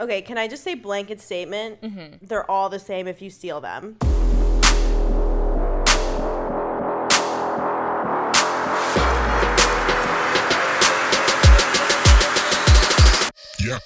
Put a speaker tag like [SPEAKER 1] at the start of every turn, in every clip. [SPEAKER 1] Okay, can I just say blanket statement? They're all the same if you steal them.
[SPEAKER 2] Yeah.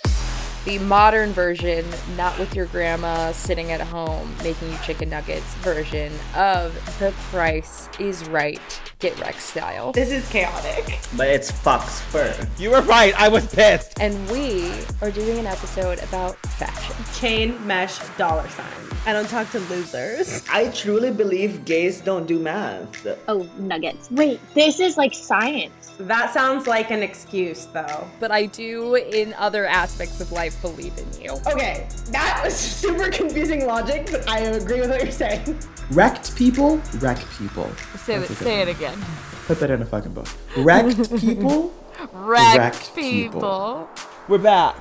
[SPEAKER 3] the modern version, not with your grandma sitting at home making you chicken nuggets version of The Price is Right, Get Wreck style.
[SPEAKER 4] This is chaotic.
[SPEAKER 5] But it's Fox fur.
[SPEAKER 6] You were right. I was pissed.
[SPEAKER 3] And we are doing an episode about fashion.
[SPEAKER 4] Chain, mesh, dollar sign.
[SPEAKER 1] I don't talk to losers.
[SPEAKER 5] I truly believe gays don't do math.
[SPEAKER 7] Oh, nuggets. Wait, this is like science.
[SPEAKER 4] That sounds like an excuse, though.
[SPEAKER 3] But I do, in other aspects of life, believe in you.
[SPEAKER 8] Oh,
[SPEAKER 4] Okay, that was super confusing logic, but I agree with what you're saying.
[SPEAKER 9] Wrecked people, wreck people.
[SPEAKER 8] Say it, say it again.
[SPEAKER 9] Put that in a fucking book. Wrecked people,
[SPEAKER 8] Wrecked,
[SPEAKER 9] Wrecked people.
[SPEAKER 8] people.
[SPEAKER 6] We're back.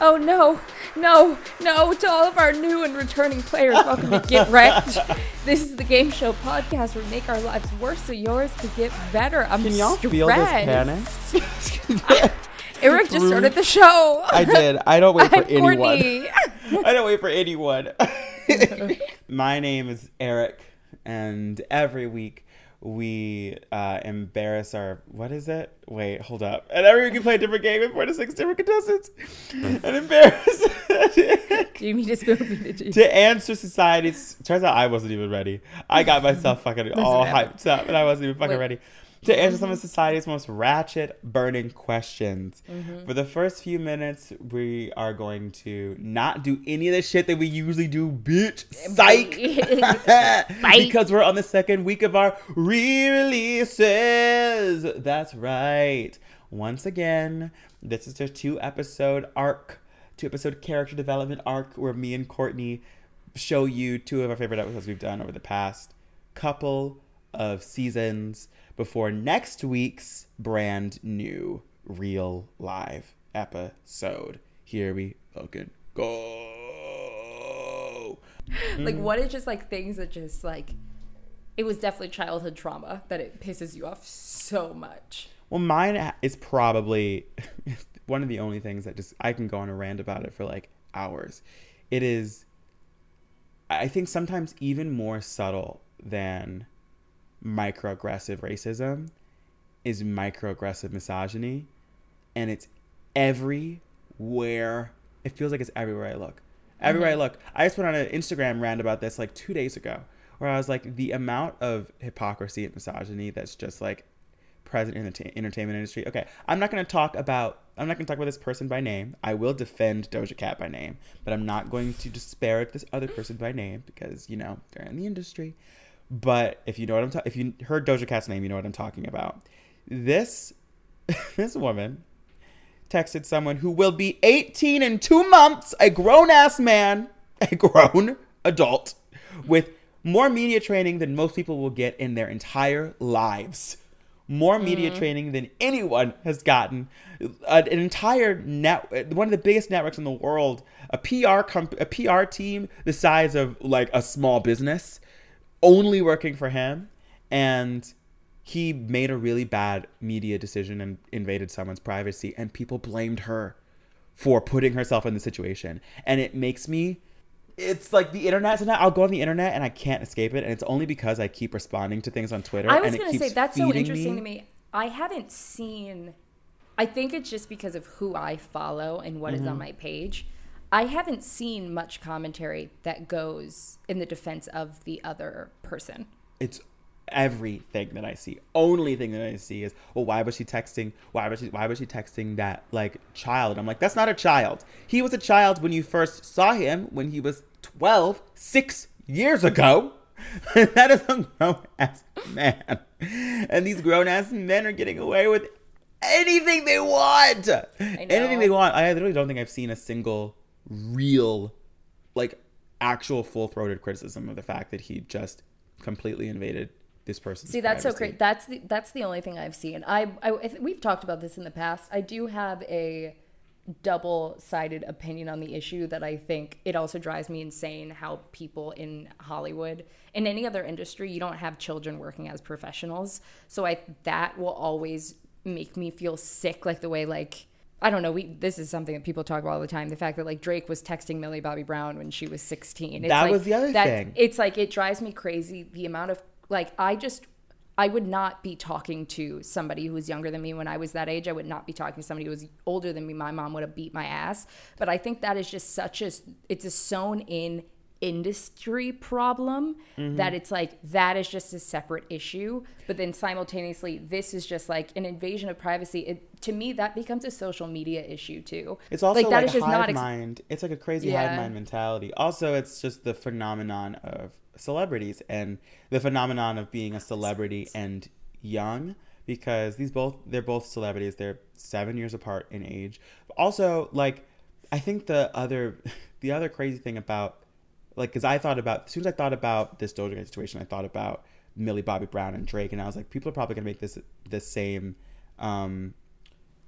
[SPEAKER 3] Oh no, no, no, to all of our new and returning players, welcome to Get Wrecked. this is the game show podcast where we make our lives worse so yours could get better. I'm
[SPEAKER 6] Can y'all
[SPEAKER 3] stressed.
[SPEAKER 6] feel this panic?
[SPEAKER 3] Eric just started the show.
[SPEAKER 6] I did. I don't wait for
[SPEAKER 3] I'm
[SPEAKER 6] anyone.
[SPEAKER 3] Courtney.
[SPEAKER 6] I don't wait for anyone. My name is Eric, and every week we uh, embarrass our. What is it? Wait, hold up. And every week we play a different game with four to six different contestants and embarrass
[SPEAKER 3] Jamie just moved me to Jamie.
[SPEAKER 6] to answer society's. Turns out I wasn't even ready. I got myself fucking all hyped up, and I wasn't even fucking ready. To answer some of society's most ratchet, burning questions. For the first few minutes, we are going to not do any of the shit that we usually do, bitch. Psych. because we're on the second week of our re-releases. That's right. Once again, this is a two-episode arc, two-episode character development arc where me and Courtney show you two of our favorite episodes we've done over the past couple of seasons before next week's brand new real live episode. Here we fucking go.
[SPEAKER 3] Like, what is just like things that just like. It was definitely childhood trauma that it pisses you off so much.
[SPEAKER 6] Well, mine is probably one of the only things that just I can go on a rant about it for like hours. It is, I think, sometimes even more subtle than microaggressive racism is microaggressive misogyny, and it's everywhere. It feels like it's everywhere I look. Everywhere I look. I just went on an Instagram rant about this like two days ago, where I was like, the amount of hypocrisy and misogyny that's just like present in the t- entertainment industry. Okay, I'm not going to talk about I'm not going to talk about this person by name. I will defend Doja Cat by name, but I'm not going to disparage this other person by name because you know they're in the industry. But if you know what I'm ta- if you heard Doja Cat's name, you know what I'm talking about. This this woman texted someone who will be 18 in two months, a grown ass man, a grown adult, with more media training than most people will get in their entire lives. More media training than anyone has gotten. Uh, An entire net, one of the biggest networks in the world, a PR comp- a PR team the size of like a small business, only working for him, and he made a really bad media decision and invaded someone's privacy and people blamed her for putting herself in the situation and it makes me it's like the internet sometimes i'll go on the internet and i can't escape it and it's only because i keep responding to things on twitter
[SPEAKER 3] I was
[SPEAKER 6] and it
[SPEAKER 3] going to
[SPEAKER 6] keeps
[SPEAKER 3] say, that's so
[SPEAKER 6] feeding
[SPEAKER 3] interesting to me. I haven't
[SPEAKER 6] Mm-hmm.
[SPEAKER 3] seen, I think it's just because of who I follow and what is on my page. I haven't seen much commentary that goes in the defense of the other person.
[SPEAKER 6] it's everything that I see. Only thing that I see is, well, why was she texting? Why was she? Why was she texting that like child? And I'm like, that's not a child. He was a child when you first saw him when he was 12, six years ago. that is a grown ass man, and these grown ass men are getting away with anything they want. Anything they want. I literally don't think I've seen a single real, like, actual full throated criticism of the fact that he just completely invaded this person's.
[SPEAKER 3] See, that's so
[SPEAKER 6] privacy.
[SPEAKER 3] great. That's the that's the only thing I've seen. I, I I th- we've talked about this in the past. I do have a double-sided opinion on the issue that I think it also drives me insane how people in Hollywood in any other industry you don't have children working as professionals. So I that will always make me feel sick like the way like I don't know, we this is something that people talk about all the time, the fact that like Drake was texting Millie Bobby Brown when she was 16.
[SPEAKER 6] That
[SPEAKER 3] like,
[SPEAKER 6] was the other
[SPEAKER 3] that-
[SPEAKER 6] thing.
[SPEAKER 3] It's like it drives me crazy the amount of like I just I would not be talking to somebody who was younger than me when I was that age. I would not be talking to somebody who was older than me. My mom would have beat my ass. But I think that is just such a it's a sewn in industry problem
[SPEAKER 6] Mm-hmm.
[SPEAKER 10] Mhm.
[SPEAKER 3] that it's like that is just a separate issue but then simultaneously this is just like an invasion of privacy it, to me that becomes a social media issue too
[SPEAKER 6] It's also like,
[SPEAKER 3] that is
[SPEAKER 6] hive
[SPEAKER 3] ex-
[SPEAKER 6] mind. It's like a crazy
[SPEAKER 3] Yeah.
[SPEAKER 6] hive mind mentality. Also, it's just the phenomenon of celebrities and the phenomenon of being a celebrity and young because these both they're both celebrities. They're seven years apart in age. Also, like I think the other the other crazy thing about like because I thought about as soon as I thought about this Doja Cat situation, I thought about Millie Bobby Brown and Drake, and I was like, people are probably gonna make this the same um,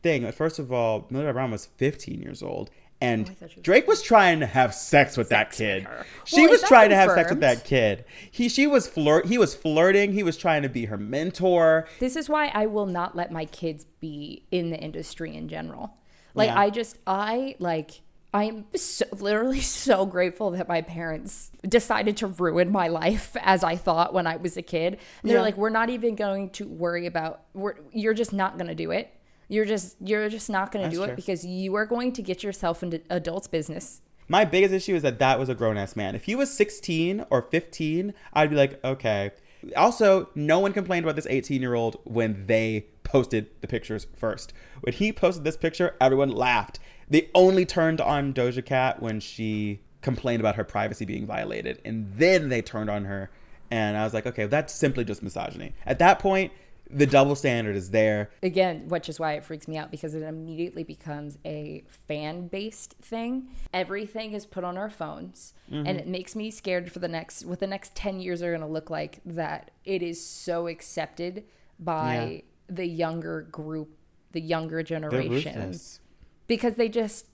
[SPEAKER 6] thing. But first of all, Millie Bobby Brown was 15 years old, and Drake was trying to have sex with that kid. she
[SPEAKER 3] Well, is
[SPEAKER 6] was
[SPEAKER 3] that
[SPEAKER 6] trying to have sex with
[SPEAKER 3] confirmed?
[SPEAKER 6] that kid. He she was flirt. He was flirting. He was trying to be her mentor.
[SPEAKER 3] This is why I will not let my kids be in the industry in general. Like
[SPEAKER 6] Yeah.
[SPEAKER 3] I just I like I am so, literally so grateful that my parents decided to ruin my life as I thought when I was a kid. And they're
[SPEAKER 10] Yeah.
[SPEAKER 3] like, we're not even going to worry about. We're, you're just not going to do it. You're just you're just not going to
[SPEAKER 6] That's
[SPEAKER 3] do
[SPEAKER 6] true.
[SPEAKER 3] it because you are going to get yourself into adults' business.
[SPEAKER 6] My biggest issue is that that was a grown ass man. If he was 16 or 15, I'd be like, okay. Also, no one complained about this 18 year old when they posted the pictures first. When he posted this picture, everyone laughed. They only turned on Doja Cat when she complained about her privacy being violated. And then they turned on her. And I was like, okay, that's simply just misogyny. At that point, the double standard is there.
[SPEAKER 3] again, which is why it freaks me out because it immediately becomes a fan based thing. Everything is put on our phones,
[SPEAKER 10] Mhm.
[SPEAKER 6] Mm-hmm.
[SPEAKER 3] and it makes me scared for the next what the next 10 years are going to look like that it is so accepted by the younger group, the younger generation.
[SPEAKER 6] ruthless.
[SPEAKER 3] Because they just,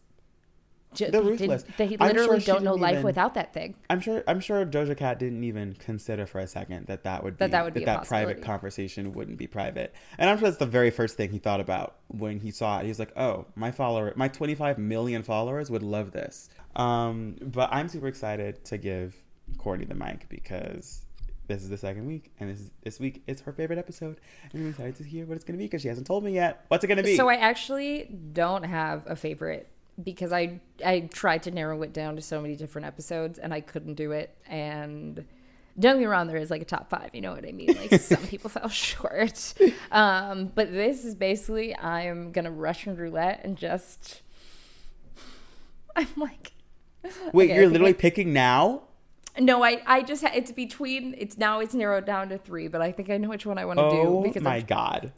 [SPEAKER 3] ju-
[SPEAKER 6] They're
[SPEAKER 3] they didn't-
[SPEAKER 6] ruthless.
[SPEAKER 3] They
[SPEAKER 6] I'm
[SPEAKER 3] literally
[SPEAKER 6] sure she
[SPEAKER 3] don't know
[SPEAKER 6] didn't
[SPEAKER 3] life
[SPEAKER 6] even-
[SPEAKER 3] without that thing.
[SPEAKER 6] I'm sure. I'm sure Doja Cat didn't even consider for a second that that would be
[SPEAKER 3] That that would be a
[SPEAKER 6] private
[SPEAKER 3] possibility.
[SPEAKER 6] conversation wouldn't be private. And I'm sure that's the very first thing he thought about when he saw it. He was like, "Oh, my follower, my 25 million followers would love this." Um, but I'm super excited to give Courtney the mic because this is the second week, and this is, this week is her favorite episode, and I'm excited to hear what it's going to be because she hasn't told me yet. What's it going to be?
[SPEAKER 3] So I actually don't have a favorite because I I tried to narrow it down to so many different episodes and I couldn't do it. And don't get me wrong, there is like a top five. You know what I mean? Like some people fell short. Um, but this is basically I'm gonna Russian roulette and just I'm like
[SPEAKER 6] Wait,
[SPEAKER 3] okay, I
[SPEAKER 6] you're
[SPEAKER 3] think
[SPEAKER 6] literally
[SPEAKER 3] I-
[SPEAKER 6] picking now.
[SPEAKER 3] no, I, I just ha- it's between it's now it's narrowed down to three, but I think I know which one I want to
[SPEAKER 6] Oh
[SPEAKER 3] do because
[SPEAKER 6] my
[SPEAKER 3] I'm
[SPEAKER 6] god.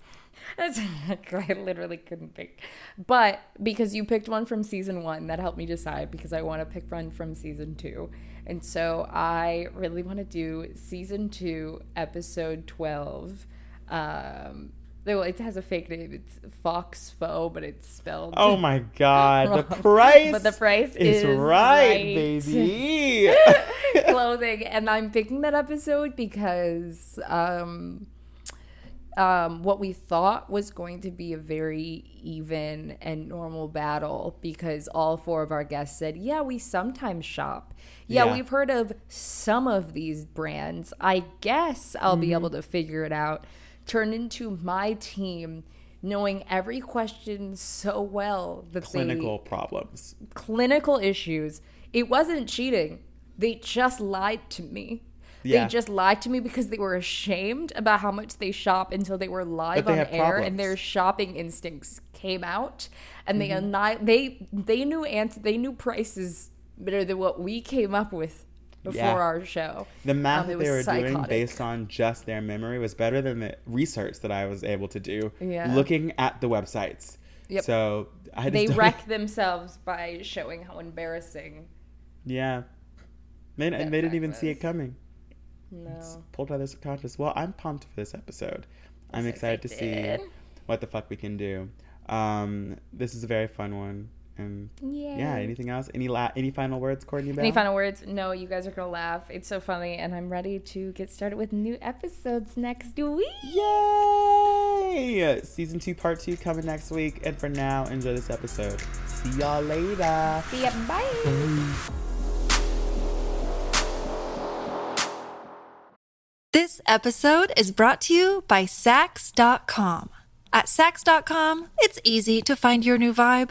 [SPEAKER 3] That's I literally couldn't pick. But because you picked one from season one, that helped me decide because I want to pick one from season two. And so I really want to do season two, episode 12. Um, well, it has a fake name. It's Fox Foe, but it's spelled.
[SPEAKER 6] Oh my god, the
[SPEAKER 3] wrong.
[SPEAKER 6] price.
[SPEAKER 3] But the price
[SPEAKER 6] is,
[SPEAKER 3] is
[SPEAKER 6] right,
[SPEAKER 3] right.
[SPEAKER 6] baby.
[SPEAKER 3] clothing and i'm picking that episode because um um what we thought was going to be a very even and normal battle because all four of our guests said yeah we sometimes shop yeah,
[SPEAKER 10] Yeah.
[SPEAKER 3] we've heard of some of these brands i guess i'll be
[SPEAKER 10] Mhm.
[SPEAKER 3] able to figure it out turned into my team knowing every question so well that
[SPEAKER 6] Clinical
[SPEAKER 3] they,
[SPEAKER 6] problems.
[SPEAKER 3] clinical issues. It wasn't cheating. They just lied to me.
[SPEAKER 6] Yeah.
[SPEAKER 3] They just lied to me because they were ashamed about how much they shop until they were live
[SPEAKER 6] they
[SPEAKER 3] on
[SPEAKER 6] have
[SPEAKER 3] air and their shopping instincts came out and they
[SPEAKER 6] Mhm.
[SPEAKER 3] anni- they they knew ans- they knew prices better than what we came up with before
[SPEAKER 6] Yeah.
[SPEAKER 3] our show.
[SPEAKER 6] The math
[SPEAKER 3] Um,
[SPEAKER 6] that
[SPEAKER 3] it
[SPEAKER 6] they were
[SPEAKER 3] was
[SPEAKER 6] doing
[SPEAKER 3] psychotic.
[SPEAKER 6] based on just their memory was better than the research that I was able to do
[SPEAKER 3] Yeah.
[SPEAKER 6] looking at the websites.
[SPEAKER 3] Yep.
[SPEAKER 6] So I just
[SPEAKER 3] they
[SPEAKER 6] don't-
[SPEAKER 3] wreck themselves by showing how embarrassing.
[SPEAKER 6] Yeah. They, and they didn't even see it coming.
[SPEAKER 3] No.
[SPEAKER 6] It's pulled out of their subconscious. Well, I'm pumped for this episode. I'm excited to see what the fuck we can do. Um, this is a very fun one. And yeah,
[SPEAKER 3] Yay.
[SPEAKER 6] anything else? Any la- any final words, Courtney? Bell?
[SPEAKER 3] Any final words? No, you guys are gonna laugh. It's so funny, and I'm ready to get started with new episodes next week.
[SPEAKER 6] Yay! Season two, part two, coming next week. And for now, enjoy this episode. See y'all later.
[SPEAKER 3] See ya. Bye.
[SPEAKER 11] This episode is brought to you by Sax.com. At Sax.com, it's easy to find your new vibe.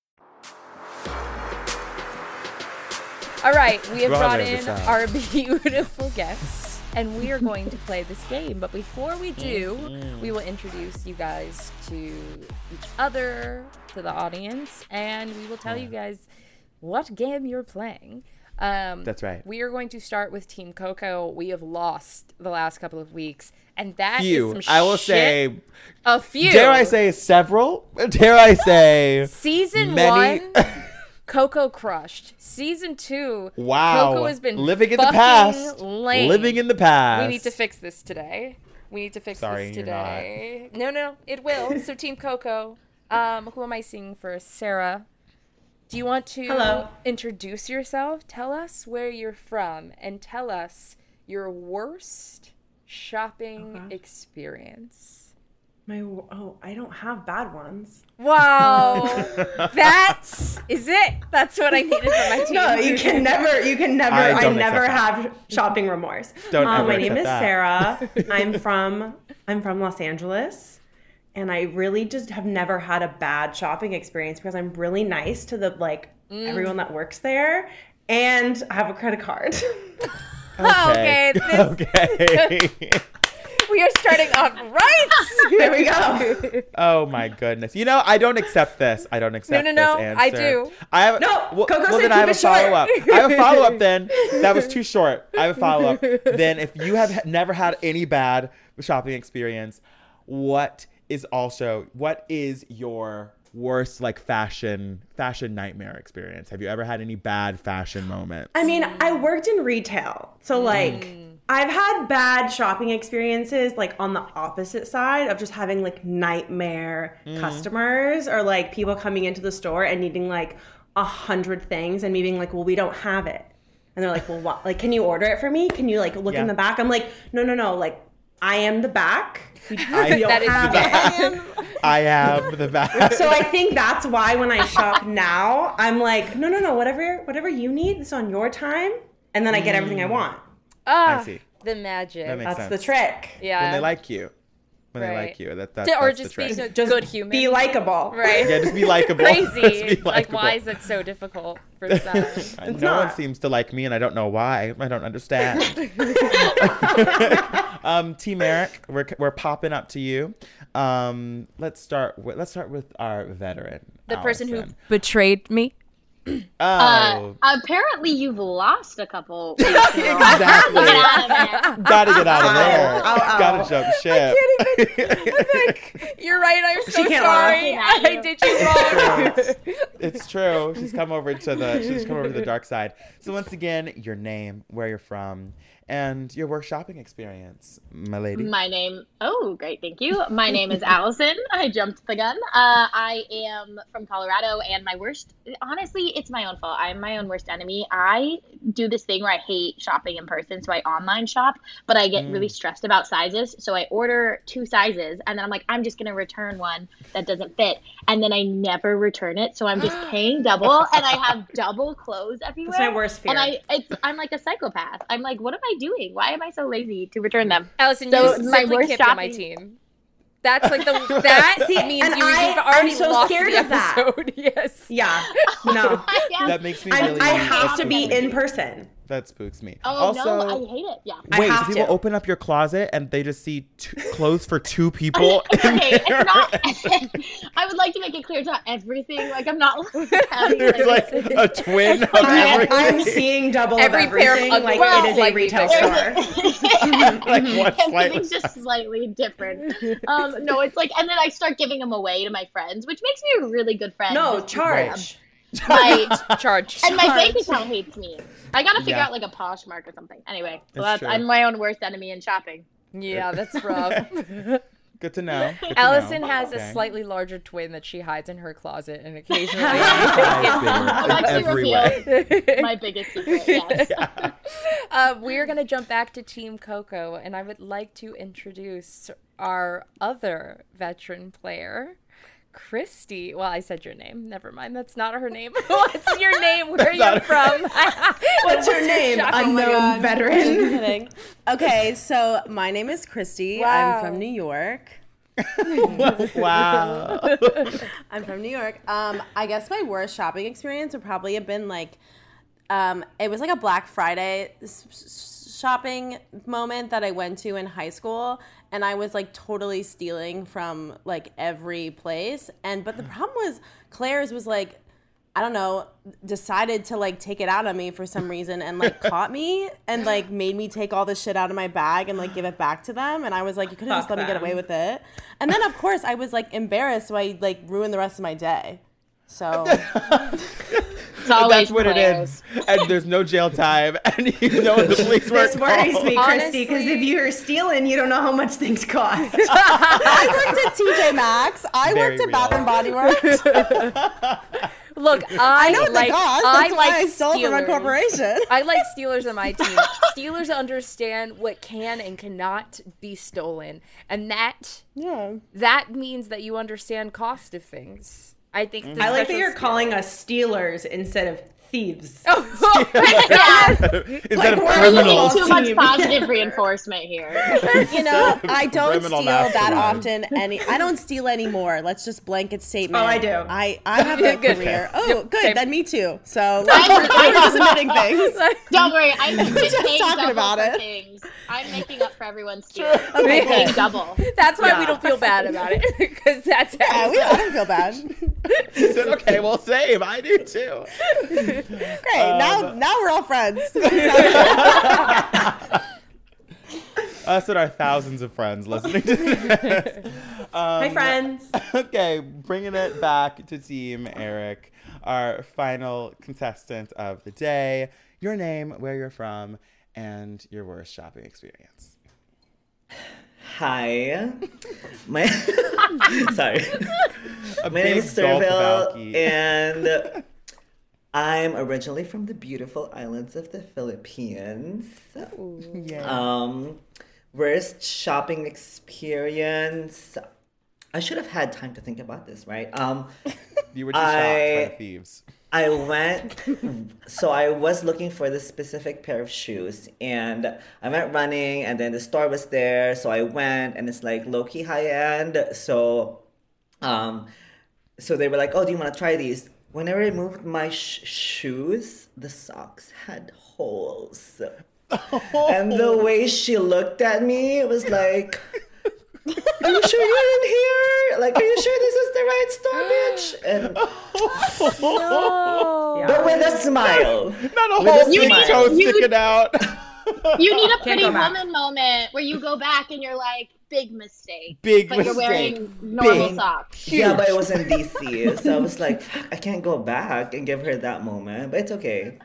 [SPEAKER 3] All right, we have
[SPEAKER 12] Bravo,
[SPEAKER 3] brought in
[SPEAKER 12] Michelle.
[SPEAKER 3] our beautiful guests, and we are going to play this game. But before we do,
[SPEAKER 13] Mhm.
[SPEAKER 3] we will introduce you guys to each other, to the audience, and we will tell you guys what game you're playing. Um,
[SPEAKER 6] That's right.
[SPEAKER 3] We are going to start with Team Coco. We have lost the last couple of weeks, and that is some
[SPEAKER 6] few. I will
[SPEAKER 3] shit-
[SPEAKER 6] say,
[SPEAKER 3] a few.
[SPEAKER 6] dare I say several? Dare I say
[SPEAKER 3] Season
[SPEAKER 6] many?
[SPEAKER 3] one, Coco crushed. Season two,
[SPEAKER 6] Wow.
[SPEAKER 3] Coco has been
[SPEAKER 6] living in the
[SPEAKER 3] fucking
[SPEAKER 6] past.
[SPEAKER 3] lame.
[SPEAKER 6] Living in the past.
[SPEAKER 3] We need to fix this today. We need to fix
[SPEAKER 6] Sorry,
[SPEAKER 3] this
[SPEAKER 6] you're
[SPEAKER 3] today. No, no, it will. So, Team Coco. Um, who am I seeing first? Sarah. Do you want to
[SPEAKER 1] Hello.
[SPEAKER 3] introduce yourself? Tell us where you're from and tell us your worst shopping experience.
[SPEAKER 1] My w- oh, I don't have bad ones.
[SPEAKER 3] Wow, that is it. That's what I needed for my team.
[SPEAKER 1] No, you can never, you can never,
[SPEAKER 3] I
[SPEAKER 1] I,
[SPEAKER 3] don't
[SPEAKER 1] never
[SPEAKER 3] accept that.
[SPEAKER 1] have shopping remorse.
[SPEAKER 3] Don't
[SPEAKER 1] Uh,
[SPEAKER 3] ever
[SPEAKER 1] my name
[SPEAKER 3] accept
[SPEAKER 1] is
[SPEAKER 3] that.
[SPEAKER 1] Sarah. I'm from, I'm from Los Angeles, and I really just have never had a bad shopping experience because I'm really nice to the like
[SPEAKER 3] Mm.
[SPEAKER 1] everyone that works there, and I have a credit card.
[SPEAKER 3] Oh, Okay. Okay, We are starting off right.
[SPEAKER 1] There we go.
[SPEAKER 6] oh my goodness. You know, I don't accept this. I don't accept
[SPEAKER 3] no, no,
[SPEAKER 6] this answer.
[SPEAKER 3] I do.
[SPEAKER 6] I have,
[SPEAKER 3] No,
[SPEAKER 6] well,
[SPEAKER 3] Coco
[SPEAKER 6] well,
[SPEAKER 3] said
[SPEAKER 6] then I
[SPEAKER 3] keep
[SPEAKER 6] have a
[SPEAKER 3] it short.
[SPEAKER 6] follow up. I have a follow up then. That was too short. I have a follow up. then if you have h- never had any bad shopping experience, what is also what is your worst like fashion fashion nightmare experience? Have you ever had any bad fashion moment?
[SPEAKER 1] I mean, I worked in retail. So
[SPEAKER 6] Mm.
[SPEAKER 1] like I've had bad shopping experiences like on the opposite side of just having like nightmare
[SPEAKER 14] Mm.
[SPEAKER 1] customers or like people coming into the store and needing like a hundred things and me being like, Well, we don't have it. And they're like, Well what like can you order it for me? Can you like look
[SPEAKER 14] Yeah.
[SPEAKER 1] in the back? I'm like, No, no, no, like I am the back. We, we
[SPEAKER 6] I-
[SPEAKER 1] don't
[SPEAKER 6] That is the
[SPEAKER 1] have
[SPEAKER 6] back.
[SPEAKER 1] it
[SPEAKER 6] I am the bad.
[SPEAKER 1] so I think that's why when I shop now, I'm like, no, no, no, whatever, whatever you need, it's on your time, and then I get everything I want.
[SPEAKER 3] Ah,
[SPEAKER 6] see.
[SPEAKER 3] the magic.
[SPEAKER 6] That Mm. makes
[SPEAKER 1] That's the
[SPEAKER 6] sense.
[SPEAKER 1] trick.
[SPEAKER 3] Yeah.
[SPEAKER 6] When they like you. When they
[SPEAKER 3] Right.
[SPEAKER 6] like you. That, that,
[SPEAKER 3] or
[SPEAKER 6] that's
[SPEAKER 3] just
[SPEAKER 6] the trick.
[SPEAKER 3] being a good human.
[SPEAKER 1] be likable.
[SPEAKER 3] Right.
[SPEAKER 6] Yeah, just be likable. Just
[SPEAKER 3] Crazy.
[SPEAKER 6] be
[SPEAKER 3] Like,
[SPEAKER 6] likable.
[SPEAKER 3] why is it so difficult for some?
[SPEAKER 6] no one seems to like me, and I don't know why. I don't understand. um, Team Eric, we're, we're popping up to you. Um, let's start. With, let's start with our veteran,
[SPEAKER 3] The person who
[SPEAKER 6] Allison.
[SPEAKER 3] betrayed me.
[SPEAKER 6] Oh,
[SPEAKER 15] Uh, apparently, you've lost a couple. weeks ago.
[SPEAKER 6] Exactly.
[SPEAKER 15] Get out of there.
[SPEAKER 6] Oh, gotta get
[SPEAKER 3] Oh,
[SPEAKER 6] out of there.
[SPEAKER 15] Ow, ow, ow.
[SPEAKER 6] Gotta jump ship.
[SPEAKER 3] You're right. I'm so
[SPEAKER 15] She can't
[SPEAKER 3] sorry.
[SPEAKER 15] laugh.
[SPEAKER 3] I did you
[SPEAKER 5] Um,
[SPEAKER 3] wrong.
[SPEAKER 6] It's true. She's come over to the she's come over to the dark side. So once again, your name, where you're from, and your work shopping experience, my lady.
[SPEAKER 15] My name, oh, great, thank you. My name is Allison. I jumped the gun. Uh, I am from Colorado, and my worst, honestly, it's my own fault. I'm my own worst enemy. I do this thing where I hate shopping in person, so I online shop, but I get
[SPEAKER 16] Mm.
[SPEAKER 15] really stressed about sizes. So I order two sizes, and then I'm like, I'm just going to return one that doesn't fit. And then I never return it, so I'm just paying double, and I have double clothes everywhere.
[SPEAKER 1] my worst fear.
[SPEAKER 15] And I, it's, I'm like a psychopath. I'm like, what am I doing? Why am I so lazy to return them?
[SPEAKER 3] Allison,
[SPEAKER 15] So
[SPEAKER 3] you
[SPEAKER 15] my
[SPEAKER 3] simply
[SPEAKER 15] worst
[SPEAKER 3] can't be on my
[SPEAKER 15] shopping-
[SPEAKER 3] team. That's like the that means
[SPEAKER 1] and
[SPEAKER 3] you,
[SPEAKER 1] I-
[SPEAKER 3] have already
[SPEAKER 1] I'm so
[SPEAKER 3] lost
[SPEAKER 1] scared
[SPEAKER 3] the
[SPEAKER 1] of that.
[SPEAKER 3] episode. Yes.
[SPEAKER 1] Yeah. No.
[SPEAKER 6] That makes me
[SPEAKER 1] I,
[SPEAKER 6] really
[SPEAKER 1] I have
[SPEAKER 6] that
[SPEAKER 1] to be
[SPEAKER 6] spooks me.
[SPEAKER 1] in person.
[SPEAKER 6] That spooks me.
[SPEAKER 15] Oh
[SPEAKER 6] also,
[SPEAKER 15] no, I hate it. Yeah.
[SPEAKER 6] wait, so people open up your closet and they just see two, clothes for two people.
[SPEAKER 15] okay, it's not. I would like to make it clear, it's not everything. Like I'm not. having,
[SPEAKER 6] There's like a twin of
[SPEAKER 1] I,
[SPEAKER 6] everything.
[SPEAKER 1] I'm seeing double
[SPEAKER 15] Every
[SPEAKER 1] of
[SPEAKER 15] pair of
[SPEAKER 1] everything.
[SPEAKER 15] ugly
[SPEAKER 1] like it
[SPEAKER 15] clothes
[SPEAKER 1] is a
[SPEAKER 15] slightly
[SPEAKER 1] retail
[SPEAKER 15] different.
[SPEAKER 1] store.
[SPEAKER 6] like one slight-
[SPEAKER 15] Everything's just slightly different. Um, no, it's like, and then I start giving them away to my friends, which makes me a really good friend.
[SPEAKER 1] No,
[SPEAKER 15] just because I'm-
[SPEAKER 1] charge.
[SPEAKER 15] My-
[SPEAKER 3] charge.
[SPEAKER 15] And my bank account hates me. I gotta figure
[SPEAKER 1] Yeah.
[SPEAKER 15] out like a Poshmark or something. Anyway, so
[SPEAKER 6] That's
[SPEAKER 15] that's, I'm
[SPEAKER 6] true.
[SPEAKER 15] my own worst enemy in shopping.
[SPEAKER 3] Yeah, that's rough.
[SPEAKER 6] Good to know. Good to
[SPEAKER 3] Allison
[SPEAKER 6] know.
[SPEAKER 3] has
[SPEAKER 6] Okay.
[SPEAKER 3] a slightly larger twin that she hides in her closet and occasionally.
[SPEAKER 6] Eyes
[SPEAKER 15] I'm
[SPEAKER 6] bigger in
[SPEAKER 15] actually
[SPEAKER 6] every way.
[SPEAKER 15] revealed my biggest secret. Yes.
[SPEAKER 3] uh, we are going to jump back to Team Coco, and I would like to introduce our other veteran player, Christy. Well, I said your name. Never mind. That's not her name. What's your name? Where are you from?
[SPEAKER 1] What's your name? Unknown veteran.
[SPEAKER 16] Okay,
[SPEAKER 1] so my name is Christy.
[SPEAKER 16] Wow.
[SPEAKER 1] I'm from New York.
[SPEAKER 6] wow.
[SPEAKER 1] I'm from New York. Um, I guess my worst shopping experience would probably have been like, um, it was like a Black Friday s- s- shopping moment that I went to in high school, and I was like totally stealing from like every place. And but the problem was Claire's was like, I don't know, decided to like take it out on me for some reason, and like caught me and like made me take all the shit out of my bag and like give it back to them. And I was like, you could have just
[SPEAKER 17] Fuck
[SPEAKER 1] let me get
[SPEAKER 17] them.
[SPEAKER 1] away with it. And then of course I was like embarrassed, so I like ruined the rest of my day. So
[SPEAKER 6] That's what it is. And there's no jail time. And you know the police
[SPEAKER 1] This
[SPEAKER 6] weren't
[SPEAKER 1] worries
[SPEAKER 6] called.
[SPEAKER 1] me,
[SPEAKER 18] Christy, because if you're stealing, you don't know how much things cost.
[SPEAKER 1] I worked at TJ Maxx. I
[SPEAKER 18] Very
[SPEAKER 1] worked at
[SPEAKER 18] real.
[SPEAKER 1] Bath and Body Works.
[SPEAKER 3] Look, I,
[SPEAKER 1] I know the
[SPEAKER 3] like,
[SPEAKER 1] goss,
[SPEAKER 3] I
[SPEAKER 1] that's why
[SPEAKER 3] like
[SPEAKER 1] I stole from a
[SPEAKER 3] Steelers.
[SPEAKER 1] corporation.
[SPEAKER 3] I like Steelers on my team. Steelers understand what can and cannot be stolen, and that
[SPEAKER 1] yeah.
[SPEAKER 3] that means that you understand cost of things. I think the
[SPEAKER 1] Mm. I like that
[SPEAKER 3] special
[SPEAKER 1] you're
[SPEAKER 3] Steelers-
[SPEAKER 1] calling us Steelers instead of thieves.
[SPEAKER 6] Instead of
[SPEAKER 15] we're
[SPEAKER 6] criminals.
[SPEAKER 15] getting too much
[SPEAKER 1] team.
[SPEAKER 15] positive reinforcement here.
[SPEAKER 1] you know, I don't
[SPEAKER 15] criminal
[SPEAKER 1] steal that
[SPEAKER 15] mastermind.
[SPEAKER 1] often. Any, I don't steal anymore. Let's just blanket statement.
[SPEAKER 15] Oh, I do.
[SPEAKER 1] I, I have a
[SPEAKER 15] Good.
[SPEAKER 1] career.
[SPEAKER 15] Okay.
[SPEAKER 1] Oh,
[SPEAKER 15] Yep,
[SPEAKER 1] good.
[SPEAKER 15] same.
[SPEAKER 1] Then me too. So
[SPEAKER 15] I-
[SPEAKER 1] like, we're, we're just admitting things.
[SPEAKER 15] Don't worry, I'm
[SPEAKER 1] We're just
[SPEAKER 15] paying
[SPEAKER 1] talking
[SPEAKER 15] double
[SPEAKER 1] about
[SPEAKER 15] for
[SPEAKER 1] it.
[SPEAKER 15] Things. I'm making up for everyone's stealing.
[SPEAKER 1] Okay,
[SPEAKER 15] I'm paying
[SPEAKER 1] good.
[SPEAKER 15] double.
[SPEAKER 3] That's why we don't feel bad about it because that's
[SPEAKER 1] Yeah, we, I don't feel bad.
[SPEAKER 6] He said, okay, well, same. I do too.
[SPEAKER 1] Great.
[SPEAKER 15] Um,
[SPEAKER 1] now, now we're all friends.
[SPEAKER 6] Us and our thousands of friends listening to this. Um,
[SPEAKER 1] friends.
[SPEAKER 6] Okay, bringing it back to Team Eric, our final contestant of the day. Your name, where you're from, and your worst shopping experience.
[SPEAKER 5] Hi. My sorry. My name
[SPEAKER 6] big
[SPEAKER 5] is
[SPEAKER 6] gulp,
[SPEAKER 5] Serville,
[SPEAKER 6] Valky.
[SPEAKER 5] and I'm originally from the beautiful islands of the Philippines. Um, worst shopping experience. I should have had time to think about this, right? Um,
[SPEAKER 6] you were too shocked by the thieves.
[SPEAKER 5] I went, so I was looking for this specific pair of shoes, and I went running, and then the store was there, so I went, and it's like low key high end, so um, so they were like, "Oh, do you want to try these?" When I removed my sh- shoes, the socks had holes, and the way she looked at me was like, Are you sure you're in here? Like, are you sure this is the right store, bitch? And but with a smile.
[SPEAKER 6] Not
[SPEAKER 5] With
[SPEAKER 6] whole big
[SPEAKER 5] smile.
[SPEAKER 6] toe sticking out.
[SPEAKER 15] You need a pretty
[SPEAKER 5] go back.
[SPEAKER 15] woman moment where you go back and you're like, big mistake.
[SPEAKER 6] Big
[SPEAKER 15] but
[SPEAKER 6] mistake.
[SPEAKER 15] you're wearing normal
[SPEAKER 5] Big.
[SPEAKER 15] socks.
[SPEAKER 5] Yeah, but it was in DC, so I was like, "Fuck, I can't go back and give her that moment. But it's okay.